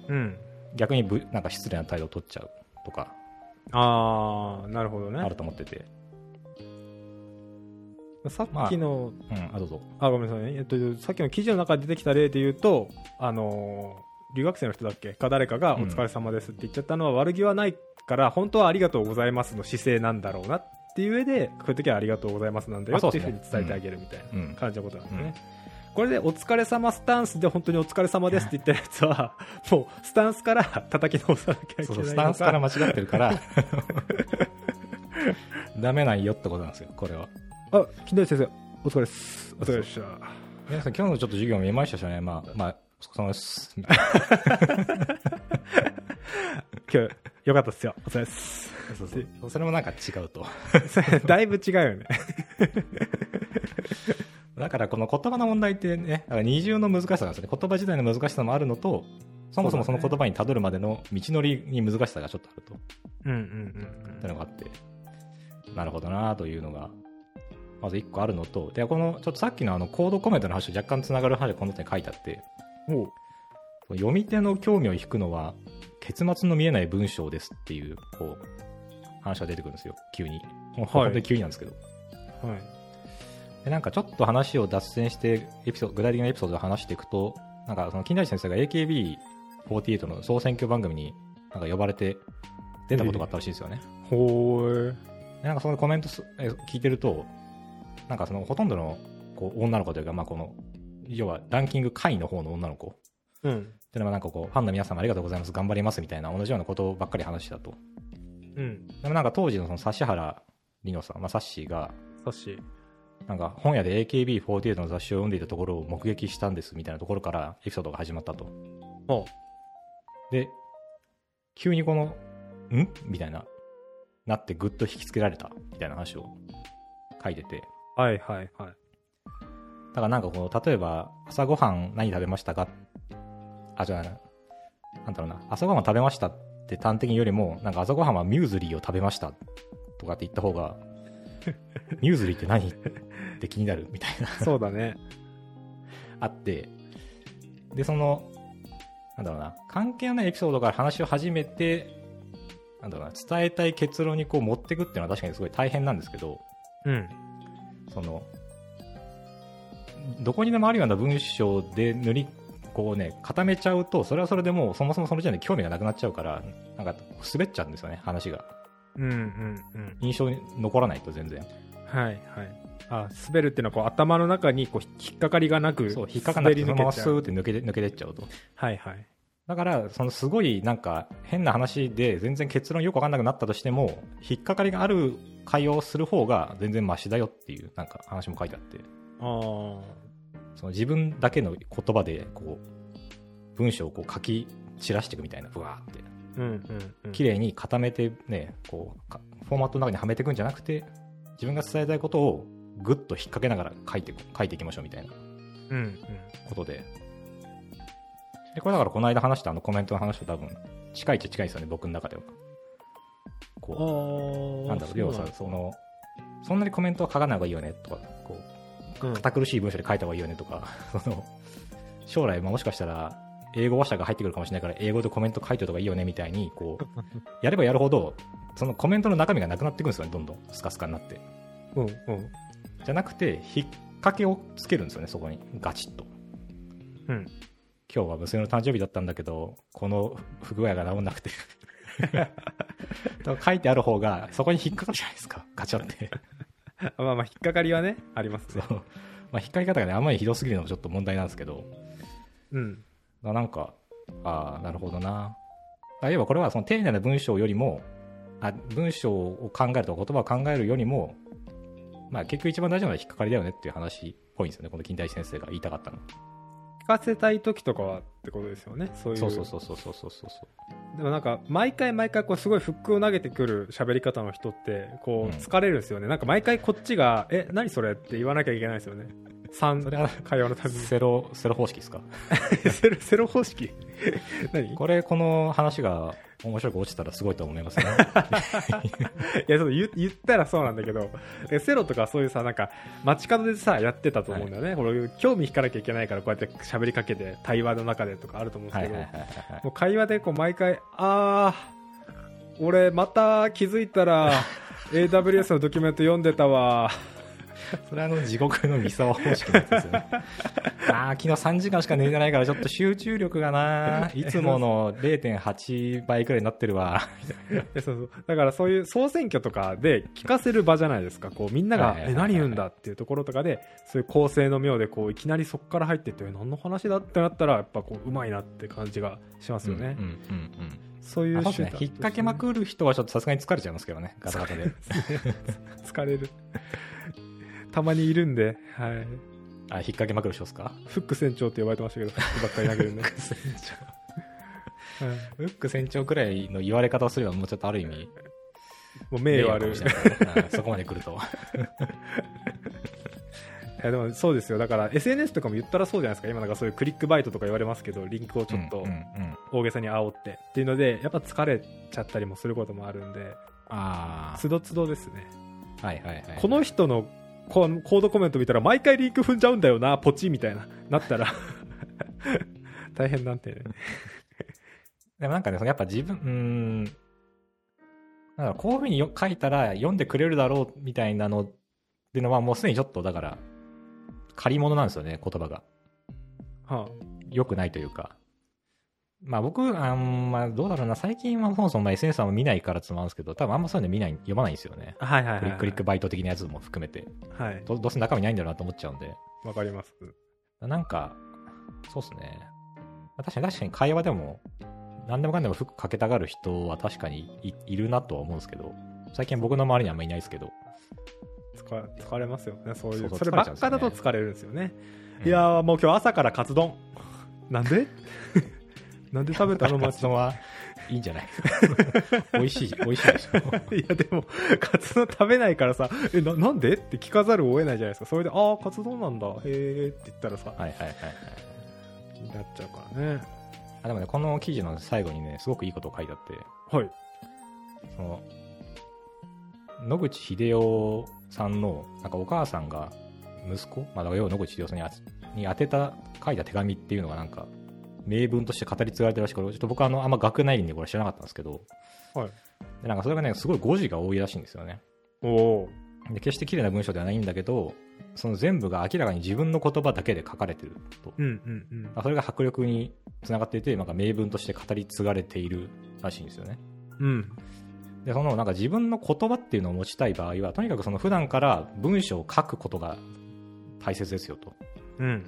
Speaker 1: うん。
Speaker 2: 逆にぶなんか失礼な態度を取っちゃうとか
Speaker 1: ああ、なるほど
Speaker 2: あ
Speaker 1: ね
Speaker 2: る。と思ってて。
Speaker 1: さっきの、
Speaker 2: うん、あ、どうぞ。
Speaker 1: あ、ごめんなさいね。えっと、さっきの記事の中で出てきた例で言うと、あのー留学生の人だっけか誰かが「お
Speaker 2: うん
Speaker 1: 疲れ様です」って言っちゃったのは悪気はないから本当は「ありがとうございます」の姿勢なんだろうなっていう上でこういう時は「ありがとうございます」なんだよ
Speaker 2: あそう
Speaker 1: って
Speaker 2: で
Speaker 1: いうふう
Speaker 2: すね
Speaker 1: に伝えてあげるみたいな。
Speaker 2: うん。
Speaker 1: 感じのことなんだよね、これでお疲れ様スタンスで本当にお疲れ様ですって言ってるやつ はもうスタンスから叩き直さなきゃいけ
Speaker 2: そう
Speaker 1: な
Speaker 2: そ、
Speaker 1: いうの
Speaker 2: ス
Speaker 1: か
Speaker 2: タンスから間違ってるから、 ダメなんよってことなんですよ、これは。
Speaker 1: あ木内先生お疲れっすお疲れっした
Speaker 2: 皆さん、今日のちょっと授業見ましたしね、まあ、まあ、お疲れ様です。
Speaker 1: 今日よかったっすよお疲れっす
Speaker 2: そうそう。それもなんか違うと。
Speaker 1: だいぶ違うよね
Speaker 2: だから、この言葉の問題ってね、だから二重の難しさなんですよね。言葉自体の難しさもあるのと、そもそもその言葉にたどるまでの道のりに難しさがちょっとあると。
Speaker 1: うんうん
Speaker 2: ってのがあって、なるほどなというのが、まず1個あるのと、で、この、ちょっとさっきのあの、コードコメントの話と若干つながる話がこの手に書いてあって、
Speaker 1: うんうんおう
Speaker 2: 読み手の興味を引くのは、結末の見えない文章ですっていう、こう、話が出てくるんですよ、急に。もう本当に急になんですけど。
Speaker 1: はい
Speaker 2: で、なんかちょっと話を脱線して、エピソード、具体的なエピソードを話していくと、なんかその、金田一先生が AKB48 の総選挙番組に、なんか呼ばれて、出たことがあったらしいんですよね。
Speaker 1: ほーい
Speaker 2: でなんかそのコメントすえ聞いてると、なんかそのほとんどのこう女の子というか、まあこの、要はランキング下位の方の女の子って
Speaker 1: うん
Speaker 2: いうのはなんかこう、ファンの皆様ありがとうございます、頑張りますみたいな同じようなことばっかり話してたと。
Speaker 1: うん
Speaker 2: でもなんか当時のその指原莉乃さん、まあサッシーが、
Speaker 1: さっしー
Speaker 2: なんか本屋で AKB48 の雑誌を読んでいたところを目撃したんですみたいなところからエピソードが始まったと。
Speaker 1: おう
Speaker 2: で、急にこの、んみたいな、なってぐっと引きつけられたみたいな話を書いてて。
Speaker 1: はいはいはい
Speaker 2: だからなんかこう、例えば、朝ごはん何食べましたかあ、じゃあ、なんだろうな、朝ごはん食べましたって端的によりも、なんか朝ごはんはミューズリーを食べましたとかって言った方が、ミューズリーって何って気になるみたいな、
Speaker 1: そうだね
Speaker 2: あって、で、その、なんだろうな、関係ないエピソードから話を始めて、なんだろうな、伝えたい結論にこう持っていくっていうのは確かにすごい大変なんですけど、
Speaker 1: うん
Speaker 2: そのどこにでもあるような文章で塗りこうね固めちゃうとそれはそれでもうそもそもその時点で興味がなくなっちゃうからなんか滑っちゃうんですよね話が
Speaker 1: うんうんうん
Speaker 2: 印象に残らないと全然
Speaker 1: はいはいあ滑るっていうのはこう頭の中にこう引っかかりがなく
Speaker 2: そう引っかかんなくてそ
Speaker 1: 滑り
Speaker 2: のまま
Speaker 1: 抜け
Speaker 2: ス
Speaker 1: ちゃう
Speaker 2: ーって抜けて抜けてっちゃうと
Speaker 1: はいはい
Speaker 2: だからそのすごいなんか変な話で全然結論よく分かんなくなったとしても引っかかりがある会話をする方が全然マシだよっていうなんか話も書いてあって
Speaker 1: あ
Speaker 2: その自分だけの言葉でこう文章をこう書き散らしていくみたいなブワーって
Speaker 1: あうんうん、うん、
Speaker 2: 綺麗に固めてねこうかフォーマットの中にはめていくんじゃなくて自分が伝えたいことをぐっと引っ掛けながら書いていこ書いていきましょうみたいな
Speaker 1: うんうん
Speaker 2: ことででこれだからこの間話したあのコメントの話と多分近いっちゃ近いですよね僕の中ではこう
Speaker 1: あ
Speaker 2: なんだろう要はさそのそんなにコメントは書かない方がいいよねとかこう
Speaker 1: うん
Speaker 2: 堅苦しい文章で書いた方がいいよねとか、 その将来、まあもしかしたら、英語話者が入ってくるかもしれないから、英語でコメント書いておいた方がいいよねみたいに、 こう、やればやるほど、そのコメントの中身がなくなっていくんですよね、どんどん、スカスカになって。
Speaker 1: うんうん
Speaker 2: じゃなくて、引っ掛けをつけるんですよね、そこに、ガチッと。
Speaker 1: うん
Speaker 2: 今日は娘の誕生日だったんだけど、この不具合が治んなくて。とか書いてある方が、そこに引っ掛かるじゃないですか、ガチャって。
Speaker 1: まあまあ、引っかかりはね、あります
Speaker 2: そ
Speaker 1: ね
Speaker 2: う。まあ、引っかり方がね、あまりひどすぎるのもちょっと問題なんですけど、
Speaker 1: うん。
Speaker 2: まあなんか、ああ、なるほどな。あいえばこれはその丁寧な文章よりも、あ文章を考えるとか言葉を考えるよりも、まあ結局一番大事なのは引っかかりだよねっていう話っぽいんですよね、この金田一先生が言いたかったの。
Speaker 1: 聞かせたい時とかはってことですよね。そういう。
Speaker 2: そうそうそうそうそうそうそう。
Speaker 1: でもなんか、毎回毎回、こう、すごいフックを投げてくる喋り方の人って、こ
Speaker 2: うん
Speaker 1: う、疲れるんですよね。なんか、毎回こっちが、え、何それって言わなきゃいけないですよね。
Speaker 2: そ
Speaker 1: 3、
Speaker 2: れは
Speaker 1: 会話のた び
Speaker 2: セロ、セロ方式ですか
Speaker 1: に。セロ、セロ方式 何い
Speaker 2: これ、この話が面白く落ちたらすごいと思います ね。
Speaker 1: や、そう言言ったらそうなんだけど、えセロとかそういうさ、なんか、街角でさ、やってたと思うんだよね。これ、興味引かなきゃいけないから、こうやって喋りかけて、対話の中でとかあると思うんです
Speaker 2: は
Speaker 1: け
Speaker 2: い
Speaker 1: ど、
Speaker 2: はいはいはいはい。
Speaker 1: もう会話でこう毎回、あー、俺また気づいたら AWS のドキュメント読んでたわ。
Speaker 2: それはあの地獄の三沢方式のやつです よね。ああ、昨日3時間しか寝てないからちょっと集中力が な、いつもの0.8倍くらいになってるわ。
Speaker 1: えそうそうだからそういう総選挙とかで聞かせる場じゃないですか。こうみんな
Speaker 2: はい
Speaker 1: が、
Speaker 2: はいはい
Speaker 1: え、何言うんだっていうところとかで、そういう構成の妙でこういきなりそこから入ってって、え何の話だってなったら、やっぱこううまいなって感じがしますよね。
Speaker 2: うんうん
Speaker 1: そう
Speaker 2: う
Speaker 1: い
Speaker 2: ん。あ
Speaker 1: う
Speaker 2: そうで
Speaker 1: 手段
Speaker 2: すね
Speaker 1: として
Speaker 2: 引っ掛けまくる人はちょっとさすがに疲れちゃいますけどね、ガタガ タで。
Speaker 1: 疲れる。たまにいるんで、はい。
Speaker 2: あ、引っ掛けまくる人ですか
Speaker 1: フック船長って呼ばれてましたけど、フックばっかり投げるんで。
Speaker 2: フック
Speaker 1: は
Speaker 2: 船
Speaker 1: い
Speaker 2: 長。フック船長くらいの言われ方をすればもうちょっとある意味、
Speaker 1: もう名誉ある
Speaker 2: 名。誉かもしれないからねうんそこまで来 ると。
Speaker 1: いやでもそうですよだから SNS とかも言ったらそうじゃないですか今なんかそういうクリックバイトとか言われますけどリンクをちょっ
Speaker 2: う
Speaker 1: と
Speaker 2: んうんうん
Speaker 1: 大げさに煽ってっていうのでやっぱ疲れちゃったりもすることもあるんで
Speaker 2: あ
Speaker 1: つどつどですね
Speaker 2: あ、はいはいはい。
Speaker 1: この人のココードコメント見たら毎回リンク踏んじゃうんだよなポチみたいななったら 大変なんてね
Speaker 2: でもなんかね、そのやっぱ自分、うーん、なんかこういうふうによ書いたら読んでくれるだろうみたいなのっていうのはもうすでにちょっとだから、借り物なんですよね、言葉が。
Speaker 1: は
Speaker 2: 良くないというか。まあ僕、あんまどうだろうな、最近はそもそもまあ SNS さんも見ないからつまんですけど、多分あんまそういうの見ない、読まないんですよね。
Speaker 1: あ、はいはい
Speaker 2: クリッククリックバイト的なやつも含めて。
Speaker 1: はい
Speaker 2: どどうせ中身ないんだろうなと思っちゃうんで。
Speaker 1: わかります
Speaker 2: なんか、そうっすね。まあ確かに確かに会話でも、何でもかんでも服かけたがる人は確かにいいるなとは思うんですけど、最近僕の周りにはあんまいないですけど。
Speaker 1: 疲れ疲れますよねそうい
Speaker 2: そううそう
Speaker 1: それ
Speaker 2: 疲れ
Speaker 1: ば
Speaker 2: ちゃうん
Speaker 1: っ
Speaker 2: ですよ
Speaker 1: か
Speaker 2: ね
Speaker 1: だと疲れるんですよね
Speaker 2: うん
Speaker 1: いやーもう今日朝からカツ丼 なんで なんで食べたの
Speaker 2: カ
Speaker 1: 街
Speaker 2: ツ丼 はいいんじゃない美味しい、美味しい でしょ。
Speaker 1: いやでも、カツ丼食べないからさ、え、ななんでって聞かざるを得ないじゃないですか。それで、ああ、カツ丼なんだ、へえって言ったらさ、
Speaker 2: はいはいはいはい。
Speaker 1: 気になっちゃうからね。
Speaker 2: あでもね、この記事の最後にね、すごくいいことを書いてあって、
Speaker 1: はい。
Speaker 2: その、野口英世さんの、なんかお母さんが、息子、まあ、だから要は野口英世さんにあに宛てた、書いた手紙っていうのがなんか、名文として語り継がれてるらしく、これちょっと僕はあの、あんま学内んでこれ知らなかったんですけど、
Speaker 1: はい。
Speaker 2: でなんかそれがね、すごい誤字が多いらしいんですよね。
Speaker 1: おお
Speaker 2: で、決して綺麗な文章ではないんだけど、その全部が明らかに自分の言葉だけで書かれてると。
Speaker 1: ー。うんうんうん。
Speaker 2: それが迫力につながっていて、なんか名文として語り継がれているらしいんですよね。
Speaker 1: うん。
Speaker 2: でそのなんか自分の言葉っていうのを持ちたい場合はとにかくその普段から文章を書くことが大切ですよと
Speaker 1: うん。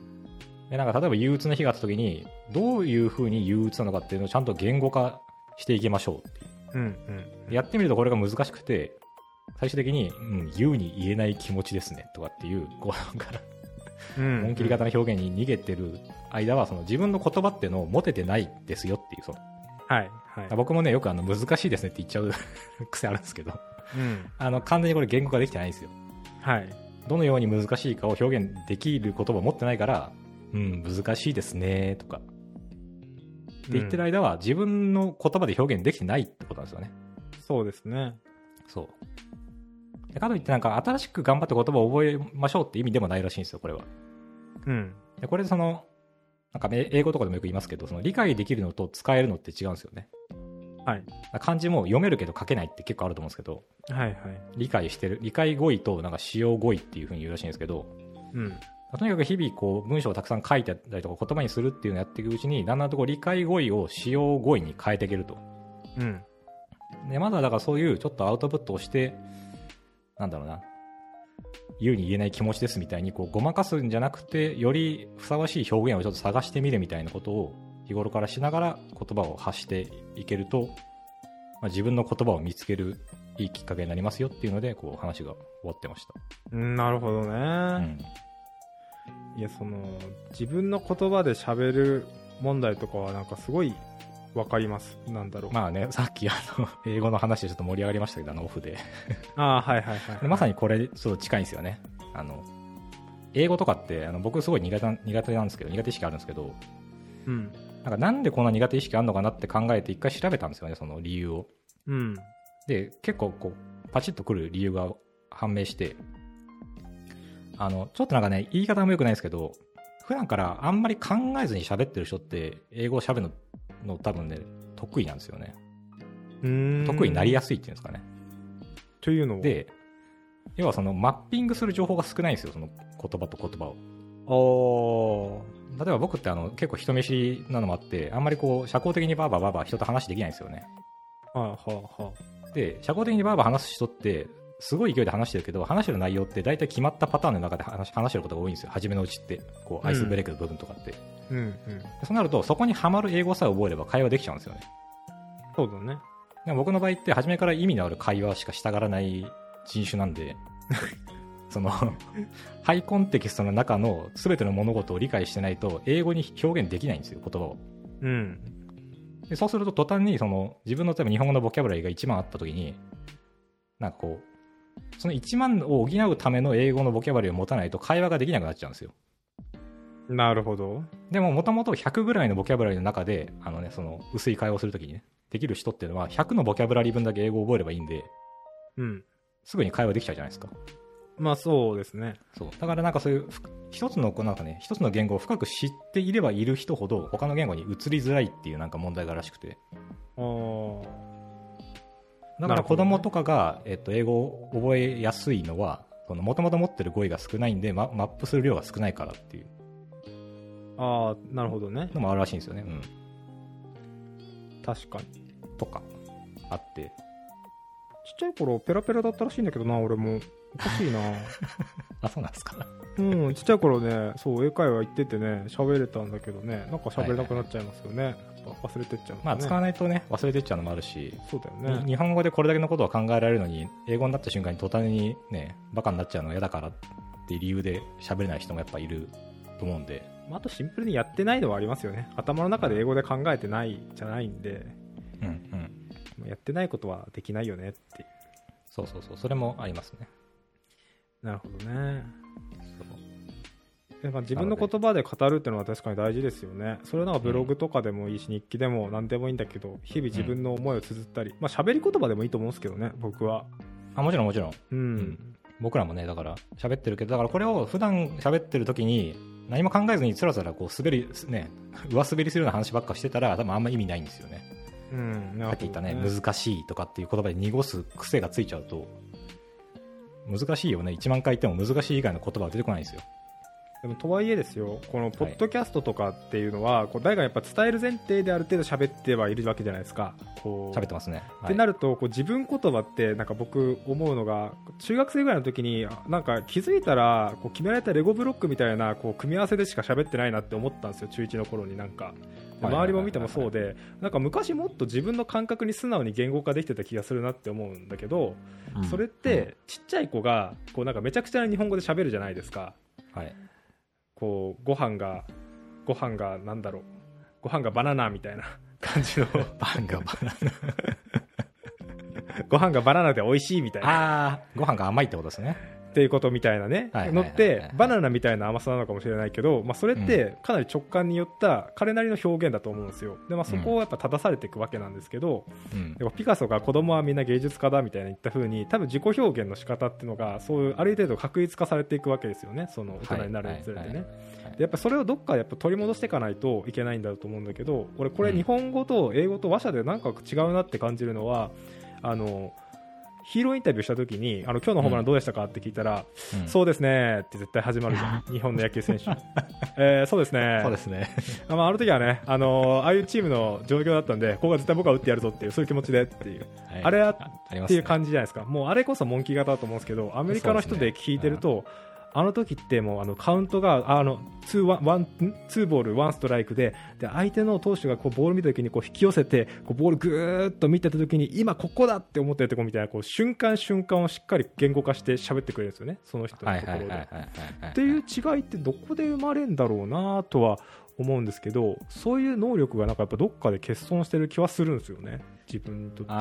Speaker 2: でなんか例えば憂鬱な日があった時にどういうふうに憂鬱なのかっていうのをちゃんと言語化していきましょうってい
Speaker 1: う
Speaker 2: う
Speaker 1: んうん。
Speaker 2: でやってみるとこれが難しくて最終的に、うん、言うに言えない気持ちですねとかっていうこうなんか
Speaker 1: うん。
Speaker 2: 本切り方の表現に逃げてる間はその自分の言葉っていうのを持ててないですよっていうその
Speaker 1: はい。はい。
Speaker 2: 僕もねよくあの難しいですねって言っちゃう 癖あるんですけど
Speaker 1: うん。
Speaker 2: あの完全にこれ言語化できてないんですよ
Speaker 1: はい。
Speaker 2: どのように難しいかを表現できる言葉を持ってないから、うん、難しいですねとかって言ってる
Speaker 1: い、
Speaker 2: 間は、自分の言葉で表現できてないってことなんですよね。
Speaker 1: そうですね。
Speaker 2: そう。でかといって、なんか新しく頑張って言葉を覚えましょうって意味でもないらしいんですよ、これは。
Speaker 1: うん。
Speaker 2: でこれ、その、なんかね英語とかでもよく言いますけど、その理解できるのと使えるのって違うんですよね。
Speaker 1: はい。
Speaker 2: 漢字も読めるけど書けないって結構あると思うんですけど、
Speaker 1: はいはい。
Speaker 2: 理解してる、理解語彙となんか使用語彙っていうふうに言うらしいんですけど、
Speaker 1: うん。
Speaker 2: とにかく日々こう文章をたくさん書いてたりとか言葉にするっていうのをやっていくうちにだんだんとこう理解語彙を使用語彙に変えていけると
Speaker 1: うん。
Speaker 2: でまずはだからそういうちょっとアウトプットをしてなんだろうな言うに言えない気持ちですみたいにこうごまかすんじゃなくてよりふさわしい表現をちょっと探してみるみたいなことを日頃からしながら言葉を発していけると、まあ、自分の言葉を見つけるいいきっかけになりますよっていうのでこう話が終わってました。
Speaker 1: うんなるほどね、
Speaker 2: うん
Speaker 1: いやその自分の言葉で喋る問題とかはなんかすごいわかりますなんだろう、
Speaker 2: まあね、さっきあの 英語の話でちょっと盛り上がりましたけど、あのオフで。
Speaker 1: ああーはいはいはい
Speaker 2: でまさにこれ、ちょっと近いんですよね。あの英語とかって、あの僕、すごい苦手な苦手なんですけど、苦手意識あるんですけど、
Speaker 1: うん
Speaker 2: なんかなんでこんな苦手意識あるのかなって考えて、一回調べたんですよね、その理由を。
Speaker 1: うん
Speaker 2: で、結構こう、パチッとくる理由が判明して、あのちょっとなんかね、言い方も良くないですけど、普段からあんまり考えずに喋ってる人って、英語を喋るのの多分ね、得意なんですよね。
Speaker 1: うーん
Speaker 2: 得意になりやすいっていうんですかね。
Speaker 1: というのを
Speaker 2: で、要はそのマッピングする情報が少ないんですよ、その言葉と言葉を。
Speaker 1: お
Speaker 2: 例えば僕ってあの結構人見知りなのもあって、あんまりこう社交的にバーバーバーバー人と話できないんですよね。
Speaker 1: あはあはあは
Speaker 2: で、社交的にバーバー話す人って、すごい勢いで話してるけど、話してる内容って大体決まったパターンの中で話話してることが多いんですよ、初めのうちって、こうアイスブレイクの部分とかって。
Speaker 1: あうんうん
Speaker 2: そうなると、そこにはまる英語さえ覚えれば会話できちゃうんですよね。
Speaker 1: そうだね
Speaker 2: でも僕の場合って初めから意味のある会話しかしたがらない人種なんでそのハイコンテキストの中の全ての物事を理解してないと英語に表現できないんですよ言葉を
Speaker 1: うん
Speaker 2: でそうすると途端にその自分の例えば日本語のボキャブラリーが1万あった時になんかこうその1万を補うための英語のボキャブラリーを持たないと会話ができなくなっちゃうんですよ
Speaker 1: なるほど
Speaker 2: でも、もともと100ぐらいのボキャブラリーの中で、あのね、その、薄い会話をするときにね、できる人っていうのは、100のボキャブラリー分だけ英語を覚えればいいんで、
Speaker 1: うん
Speaker 2: すぐに会話できちゃうじゃないですか。
Speaker 1: まあそうですね
Speaker 2: そう。だからなんかそういう、ふ一つの、こうなんかね、一つの言語を深く知っていればいる人ほど、他の言語に移りづらいっていうなんか問題があるらしくて。
Speaker 1: おな
Speaker 2: だから
Speaker 1: る
Speaker 2: 子
Speaker 1: ほどね
Speaker 2: 供とかが、えっと、英語を覚えやすいのは、その、もともと持ってる語彙が少ないんで、ママップする量が少ないからっていう
Speaker 1: ああなるほどね
Speaker 2: のもあるらしいんですよね。うん。
Speaker 1: 確かにちっ
Speaker 2: とか、あって。
Speaker 1: ちゃい頃ペラペラだったらしいんだけどな俺もおかしいな
Speaker 2: あ、そうなんですか。
Speaker 1: うんちっちゃい頃ねそう英会話行っててね喋れたんだけどねなんか喋れなくなっちゃいますよね、やっぱ忘れてっちゃうんですね
Speaker 2: まあ、使わないとね、忘れてっちゃうのもあるし、
Speaker 1: そうだよ
Speaker 2: に
Speaker 1: ね
Speaker 2: 日本語でこれだけのことを考えられるのに英語になった瞬間に途端にねバカになっちゃうのは嫌だからっていう理由で喋れない人もやっぱいると思うんで
Speaker 1: まああとシンプルにやってないのはありますよね頭の中で英語で考えてないじゃないんで
Speaker 2: うんうん
Speaker 1: まあやってないことはできないよねってい
Speaker 2: そうそうそうそれもありますね
Speaker 1: うなるほどね
Speaker 2: そう
Speaker 1: でまあ、自分の言葉で語るっていうのは確かに大事ですよね。それはなんかブログとかでもいいし、日記でも何でもいいんだけど、日々自分の思いを綴ったり、まあ喋り言葉でもいいと思うんですけどね、僕は。
Speaker 2: あもちろんもちろん、
Speaker 1: う
Speaker 2: うん
Speaker 1: ん。
Speaker 2: 僕らもねだから喋ってるけどだからこれを普段喋ってる時に何も考えずにつらつらこう滑りね上滑りするような話ばっかしてたら多分あんま意味ないんですよね
Speaker 1: うん。さ
Speaker 2: さっき言ったね難しいとかっていう言葉で濁す癖がついちゃうと難しいよね1万回言っても難しい以外の言葉は出てこないんですよ
Speaker 1: でもとはいえですよ、このポッドキャストとかっていうのは、こう誰かやっぱ伝える前提である程度喋ってはいるわけじゃないですか。こう
Speaker 2: 喋ってますね。
Speaker 1: って
Speaker 2: は
Speaker 1: なるとこう自分言葉ってなんか僕思うのが中学生ぐらいの時にあなんか気づいたらこう決められたレゴブロックみたいなこう組み合わせでしか喋ってないなって思ったんですよ中1の頃になんかで
Speaker 2: はいはいはいはい
Speaker 1: 周りも見てもそうでなんか昔もっと自分の感覚に素直に言語化できてた気がするなって思うんだけど
Speaker 2: いうん
Speaker 1: それってちっちゃい子がこうなんかめちゃくちゃな日本語で喋るじゃないですか
Speaker 2: うんはい、
Speaker 1: こうご飯がご飯がなんだろうご飯がバナナみたいな 感じの
Speaker 2: パンがバナ
Speaker 1: ご飯がバナナで美味しいみたいな
Speaker 2: ナ。 ああ、ご飯が甘いってことですね。
Speaker 1: っていうことみたいなね、
Speaker 2: はいはいはい
Speaker 1: の
Speaker 2: はい
Speaker 1: ってバナナみたいな甘さなのかもしれないけど、まあ、それってかなり直感によった彼なりの表現だと思うんですよで、まあ、そこをやっぱ正されていくわけなんですけど、
Speaker 2: うん
Speaker 1: やっぱピカソが子供はみんな芸術家だみたいな言った風に多分自己表現の仕方っていうのがそういうある程度確立化されていくわけですよねその大人になるにつれてね、
Speaker 2: はいはいはい
Speaker 1: でやっぱそれをどっかやっぱ取り戻していかないといけないんだと思うんだけど俺これ日本語と英語と話者でなんか違うなって感じるのは、あのヒーローインタビューした時にあの今日のホームランどうでしたかって聞いたら、
Speaker 2: うん
Speaker 1: そうですねって絶対始まるじゃん日本の野球選 手、えーそうですね
Speaker 2: そうですね。
Speaker 1: あまあ、あの時はね、あのーああいうチームの状況だったんでここは絶対僕は打ってやるぞっていうそういう気持ちでっていう
Speaker 2: はい
Speaker 1: あれは
Speaker 2: り
Speaker 1: っ
Speaker 2: ま
Speaker 1: て
Speaker 2: す
Speaker 1: いう
Speaker 2: ね
Speaker 1: 感じじゃないですか、もうあれこそモンキー型だと思うんですけど、アメリカの人で聞いてると、あの時ってもうあのカウントが、ああのツーワンワンんツーボール、ワンストライクで、で相手の投手がこうボール見た時にこう引き寄せて、こうボールぐーっと見てた時に、今ここだって思ってるとこみたいな、こう瞬間瞬間をしっかり言語化して喋ってくれるんですよね、その人
Speaker 2: は
Speaker 1: の
Speaker 2: い
Speaker 1: とこ
Speaker 2: はい
Speaker 1: ろで。
Speaker 2: はいはいはいはい。
Speaker 1: っていう違いってどこで生まれるんだろうなとは思うんですけどそういう能力がなんかやっぱどっかで欠損してる気はするんですよね自分にとっては、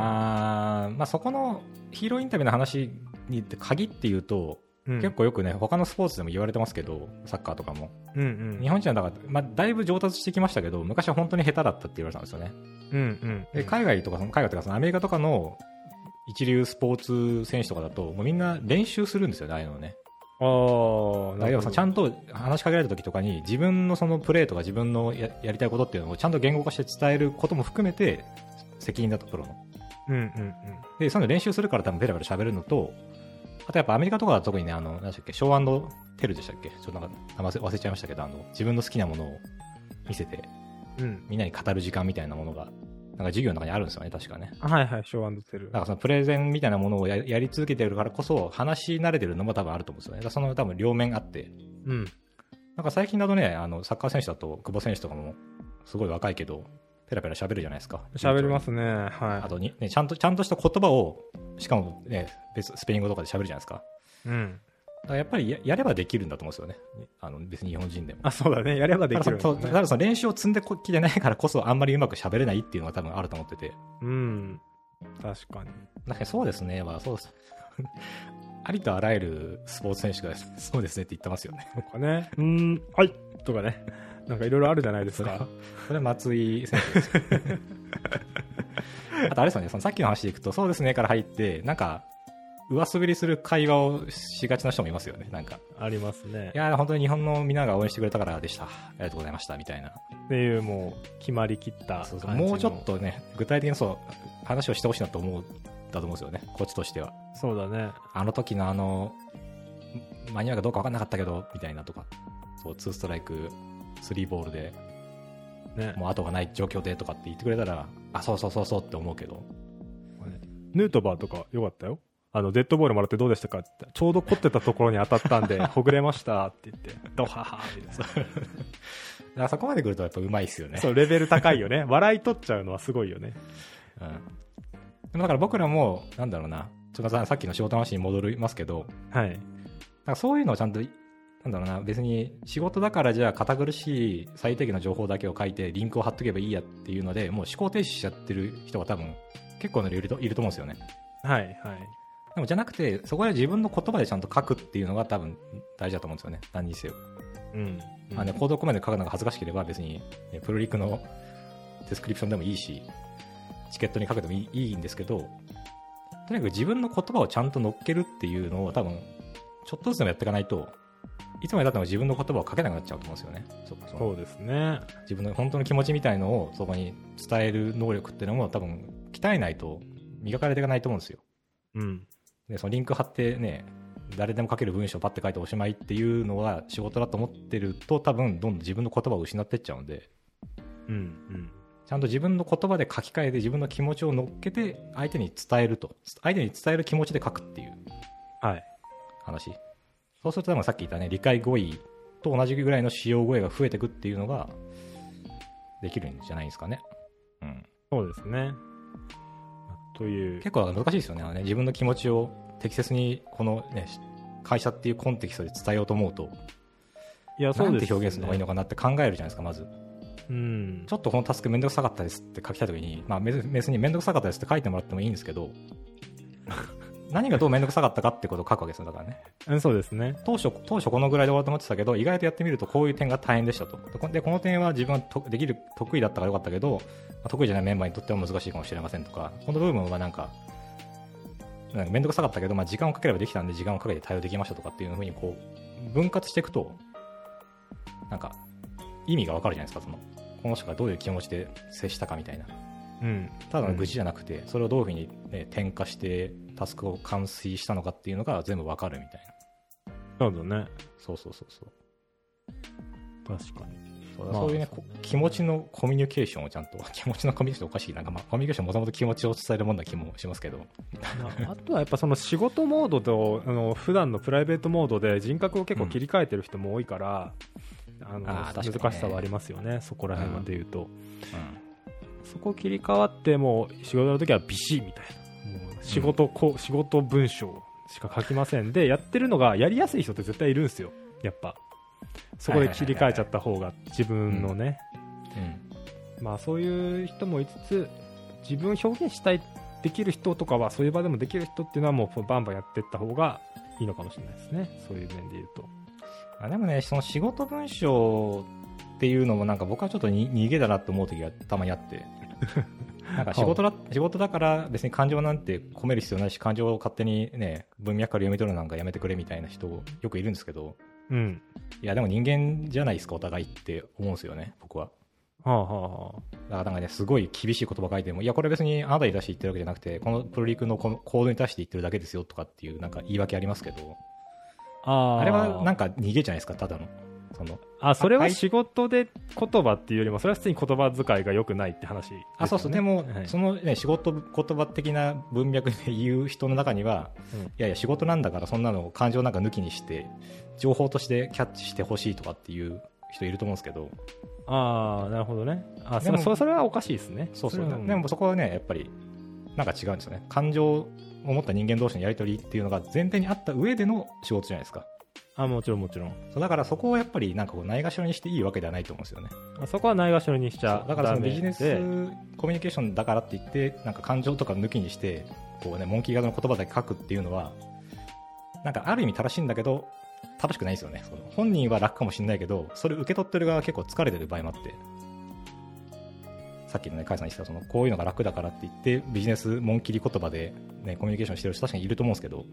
Speaker 2: あーまあ、そこのヒーローインタビューの話に鍵っていうと、
Speaker 1: うん、
Speaker 2: 結構よくね他のスポーツでも言われてますけどサッカーとかも
Speaker 1: うんうん
Speaker 2: 日本人はだから、まあ、だいぶ上達してきましたけど昔は本当に下手だったって言われたんですよね
Speaker 1: うんうん
Speaker 2: で海外とかその海外とかそのアメリカとかの一流スポーツ選手とかだともうみんな練習するんですよねああいうのをね
Speaker 1: ああ、
Speaker 2: だ
Speaker 1: な
Speaker 2: け
Speaker 1: る
Speaker 2: ど
Speaker 1: ほ
Speaker 2: さ
Speaker 1: ど。
Speaker 2: ちゃんと話しかけられた時とかに自分のそのプレーとか自分のややりたいことっていうのをちゃんと言語化して伝えることも含めて責任だとプロの
Speaker 1: うんうんうん。
Speaker 2: で、そういうの練習するから多分ペラペラ喋るのと、あとやっぱアメリカとかは特にね、あの、何でしたっけ、ショーテルでしたっけちょっとなんか名前忘れちゃいましたけど、あの、自分の好きなものを見せて、
Speaker 1: うん。
Speaker 2: みんなに語る時間みたいなものが、なんか授業の中にあるんですよね、確かね。
Speaker 1: はいはい、ショーアンドテル。
Speaker 2: だからそのプレゼンみたいなものをややり続けてるからこそ、話し慣れてるのも多分あると思うんですよね。だからその多分両面あって。
Speaker 1: うん。
Speaker 2: なんか最近だとね、あの、サッカー選手だと、久保選手とかも、すごい若いけど、ペラペラ喋るじゃないですか。
Speaker 1: 喋りますね。
Speaker 2: あ
Speaker 1: は
Speaker 2: とに、ね、ちゃんと、ちゃんとした言葉を、しかもね、別スペイン語とかで喋るじゃないですか。
Speaker 1: い。うん。
Speaker 2: だからやっぱりややればできるんだと思うんですよね。あの別に日本人でも。
Speaker 1: あ、そうだね。やればできるんだ
Speaker 2: ただそ
Speaker 1: ね、
Speaker 2: のただその練習を積んできてないからこそあんまりうまく喋れないっていうのが多分あると思ってて。
Speaker 1: うん。確かに。
Speaker 2: だからそうですね、まあそうです。 ありとあらゆるスポーツ選手がそうですねって言ってますよね。
Speaker 1: とかね。うーん。はい。とかね。なんかいろいろあるじゃないです
Speaker 2: それ
Speaker 1: か。
Speaker 2: それ松井選手です。 あとあれですよね、そのさっきの話でいくと、そうですねから入って、なんか、上滑りする会話をしがちな人もいますよね、なんか。
Speaker 1: ありますね
Speaker 2: い。やー、本当に日本のみんなが応援してくれたからでした。ありがとうございました、みたいな。
Speaker 1: っていう、もう、決まりきった
Speaker 2: そうそう
Speaker 1: 感じの
Speaker 2: もうちょっ。とね、具体的にそう話をしてほしいなと思うだと思うんですよね、こっちとしては。
Speaker 1: そうだね。
Speaker 2: あの時のあの、間に合うかどうか分かんなかったけど、みたいなとか、そう、2ストライク、3ボールで、
Speaker 1: ね。
Speaker 2: もう後がない状況でとかって言ってくれたら、あ、そうそうそうそうって思うけど、
Speaker 1: ヌートバーとかよかったよ。あの、デッドボールもらってどうでしたかって言ったらちょうど凝ってたところに当たったんで、 ほぐれましたって言って、ドハハみたいな。
Speaker 2: だからそこまで来るとやっぱうまいっすよね。
Speaker 1: そう、レベル高いよ ね。笑い取っちゃうのはすごいよね。
Speaker 2: うん。でもだから僕らも、なんだろうな、ちょっとささっきの仕事の話に戻りますけど、
Speaker 1: はい。
Speaker 2: なんかそういうのをちゃんと、なんだろうな、別に仕事だからじゃあ堅苦しい最低限の情報だけを書いてリンクを貼っとけばいいやっていうので、もう思考停止しちゃってる人が多分結構な量いるといると思うんですよね。
Speaker 1: はい、はい。
Speaker 2: でもじゃなくて、そこで自分の言葉でちゃんと書くっていうのが多分大事だと思うんですよね。何にせよ。
Speaker 1: うん。
Speaker 2: まあね、行動コメント書くのが恥ずかしければ別に、ね、プロリクのデスクリプションでもいいし、チケットに書くでもいいいいんですけど、とにかく自分の言葉をちゃんと乗っけるっていうのを多分、ちょっとずつでもやっていかないと、いつまでたっても自分の言葉を書けなくなっちゃうと思うんですよね。そその
Speaker 1: そうですね。
Speaker 2: 自分の本当の気持ちみたいのをそこに伝える能力っていうのも多分、鍛えないと、磨かれていかないと思うんですよ。
Speaker 1: うん。
Speaker 2: で、そのリンク貼ってね、誰でも書ける文章をパッて書いておしまいっていうのが仕事だと思ってると多分どんどん自分の言葉を失ってっちゃうんで、
Speaker 1: うん。うん。
Speaker 2: ちゃんと自分の言葉で書き換えて自分の気持ちを乗っけて相手に伝えると相手に伝える気持ちで書くっていう
Speaker 1: はい。
Speaker 2: 話そうすると多分さっき言ったね理解語彙と同じぐらいの使用語彙が増えてくっていうのができるんじゃないですかね、うん、
Speaker 1: そうですね。という。
Speaker 2: 結構難しいですよねあのね自分の気持ちを適切にこのね会社っていうコンテキストで伝えようと思うと
Speaker 1: いや、
Speaker 2: なんて表現するのがいいのかなって考えるじゃないですかまず
Speaker 1: うん
Speaker 2: ち。ょっとこのタスクめんどくさかったですって書きたいときに、まあ、めず別にめんどくさかったですって書いてもらってもいいんですけど、何がどうめんどくさかったかってことを書くわけですよ、だからね。
Speaker 1: うんそうですね。
Speaker 2: 当初、当初このぐらいで終わると思ってたけど、意外とやってみるとこういう点が大変でしたと。で、こでこの点は自分はとできる、得意だったからよかったけど、まあ得意じゃないメンバーにとっては難しいかもしれませんとか、この部分はなんか、なんかめんどくさかったけど、まあ、時間をかければできたんで、時間をかけて対応できましたとかっていうふうにこう、分割していくと、なんか、意味がわかるじゃないですか、その、この人がどういう気持ちで接したかみたいな。
Speaker 1: うん。
Speaker 2: ただの愚痴じゃなくて、それをどういうふうに、ね、転化してタスクを完遂したのかっていうのが全部わかるみたい
Speaker 1: そうだね。
Speaker 2: なそうそうそうそう
Speaker 1: 確かに。
Speaker 2: そう,、
Speaker 1: まあ
Speaker 2: そういうね
Speaker 1: そう
Speaker 2: こ
Speaker 1: ね
Speaker 2: 気持ちのコミュニケーションをちゃんと 気持ちのコミュニケーションおかしいなんか、まあ、コミュニケーションもともと気持ちを伝えるもんな気もしますけど
Speaker 1: まああとはやっぱその仕事モードとあの普段のプライベートモードで人格を結構切り替えてる人も多いから、あの
Speaker 2: あー確かにね
Speaker 1: 難しさはありますよね、そこら辺まで言うと、そこ切り替わってもう仕事の時はビシッみたいなもう仕事こう、仕事文章しか書きませんでやってるのがやりやすい人って絶対いるんですよやっぱそこで切り替えちゃった方が自分のね、
Speaker 2: うん、うん、
Speaker 1: まあそういう人もいつつ自分を表現したいできる人とかはそういう場でもできる人っていうのはもうバンバンやっていった方がいいのかもしれないですねそういう面で言うと
Speaker 2: あでもねその仕事文章っていうのもなんか僕はちょっとに逃げだなと思う時がたまにあって なんか仕事だ仕事だから別に感情なんて込める必要ないし感情を勝手にね文脈から読み取るなんかやめてくれみたいな人よくいるんですけど
Speaker 1: うん
Speaker 2: いやでも人間じゃないですかお互いって思うんですよね僕は
Speaker 1: はあは
Speaker 2: だからなんかねすごい厳しい言葉書いてもいやこれ別にあなたに対して言ってるわけじゃなくてこのプロリークのこのコードに対して言ってるだけですよとかっていうなんか言い訳ありますけど
Speaker 1: あはあ
Speaker 2: あれはなん
Speaker 1: か
Speaker 2: か逃げじゃないですかただのその
Speaker 1: あそれは仕事で言葉っていうよりもそれは普通に言葉遣いが良くないって話ですよね、
Speaker 2: あそうそうでも、
Speaker 1: はい
Speaker 2: その、ね、仕事言葉的な文脈で言う人の中には、
Speaker 1: うん
Speaker 2: いやいや仕事なんだからそんなの感情なんか抜きにして情報としてキャッチしてほしいとかっていう人いると思うんですけど
Speaker 1: ああなるほどねあそれ
Speaker 2: でも
Speaker 1: それそれはおかしいですね
Speaker 2: そうそう
Speaker 1: れは
Speaker 2: でもそこはねやっぱりなんか違うんですよね感情を持った人間同士のやり取りっていうのが前提にあった上での仕事じゃないですか
Speaker 1: あもちろんもちろん
Speaker 2: そうだからそこをやっぱりなんかこうないがしろにしていいわけではないと思うんですよね
Speaker 1: あそこはないがしろにしちゃ
Speaker 2: そうだからその
Speaker 1: ダメ
Speaker 2: ビジネス
Speaker 1: で
Speaker 2: コミュニケーションだからって言ってなんか感情とか抜きにしてこうねモンキー型の言葉だけ書くっていうのはなんかある意味正しいんだけど正しくないんですよねその本人は楽かもしれないけどそれ受け取ってる側は結構疲れてる場合もあってさっきのね甲斐さん言ってたそのこういうのが楽だからって言ってビジネスモンキリ言葉で、ね、コミュニケーションしてる人確かにいると思うんですけど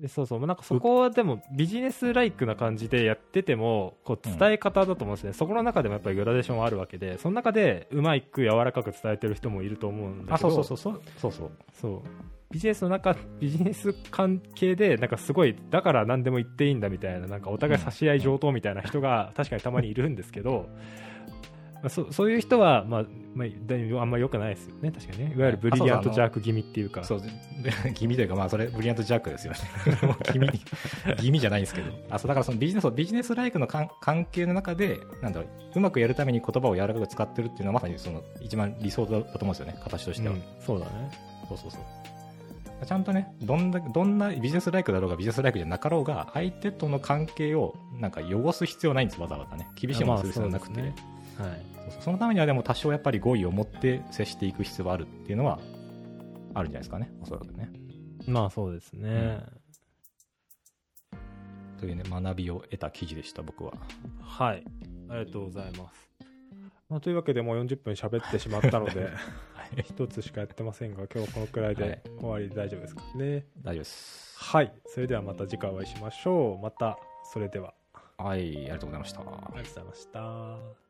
Speaker 1: でそうそう、なんかそこはでもビジネスライクな感じでやってても、こう
Speaker 2: うん
Speaker 1: 伝え方だと思うんですね、そこの中でもやっぱりグラデーションはあるわけで、その中でうまく柔らかく伝えてる人もいると思うんだ
Speaker 2: あ
Speaker 1: けど、
Speaker 2: そうそうそうそうそうそう
Speaker 1: そうビジネスの中、ビジネス関係で、なんかすごい、だから何でも言っていいんだみたいな、なんかお互い差し合い上等みたいな人が確かにたまにいるんですけど、まあ、そそういう人は、まあまあ、だいぶあんま良くないですよね、確かにね。いわゆるブリリアントジャーク気味っていうか。
Speaker 2: そう で気味というか、まあ、それ、ブリリアントジャックですよね。 もう気味、気味じゃないんですけど。あ、そう、だからそのビジネス、ビジネスライクのかん関係の中で、なんだろう、うまくやるために言葉を柔らかく使ってるっていうのは、まさにその、一番理想だと思うんですよね、形としては。
Speaker 1: うんそうだね。
Speaker 2: そうそうそう。ちゃんとね、どんだどんなビジネスライクだろうが、ビジネスライクじゃなかろうが、相手との関係を、なんか汚す必要ないんです、わざわざね。厳しいものする必要なくて。
Speaker 1: まあそうですねはい。
Speaker 2: そうそうそのためにはでも多少やっぱり語彙を持って接していく必要があるっていうのはあるんじゃないですかねおそらくね
Speaker 1: まあそうですね。
Speaker 2: というね学びを得た記事でした僕は
Speaker 1: はい。ありがとうございます。まあ、というわけでもう40分喋ってしまったの で、一つしかやってませんが、今日はこのくらい
Speaker 2: は
Speaker 1: で
Speaker 2: い
Speaker 1: 終わりで大丈夫ですかね。
Speaker 2: 大丈夫です
Speaker 1: はい。それではまた次回お会いしましょう。また、それでは。
Speaker 2: はいありがとうございました
Speaker 1: ありがとうございました。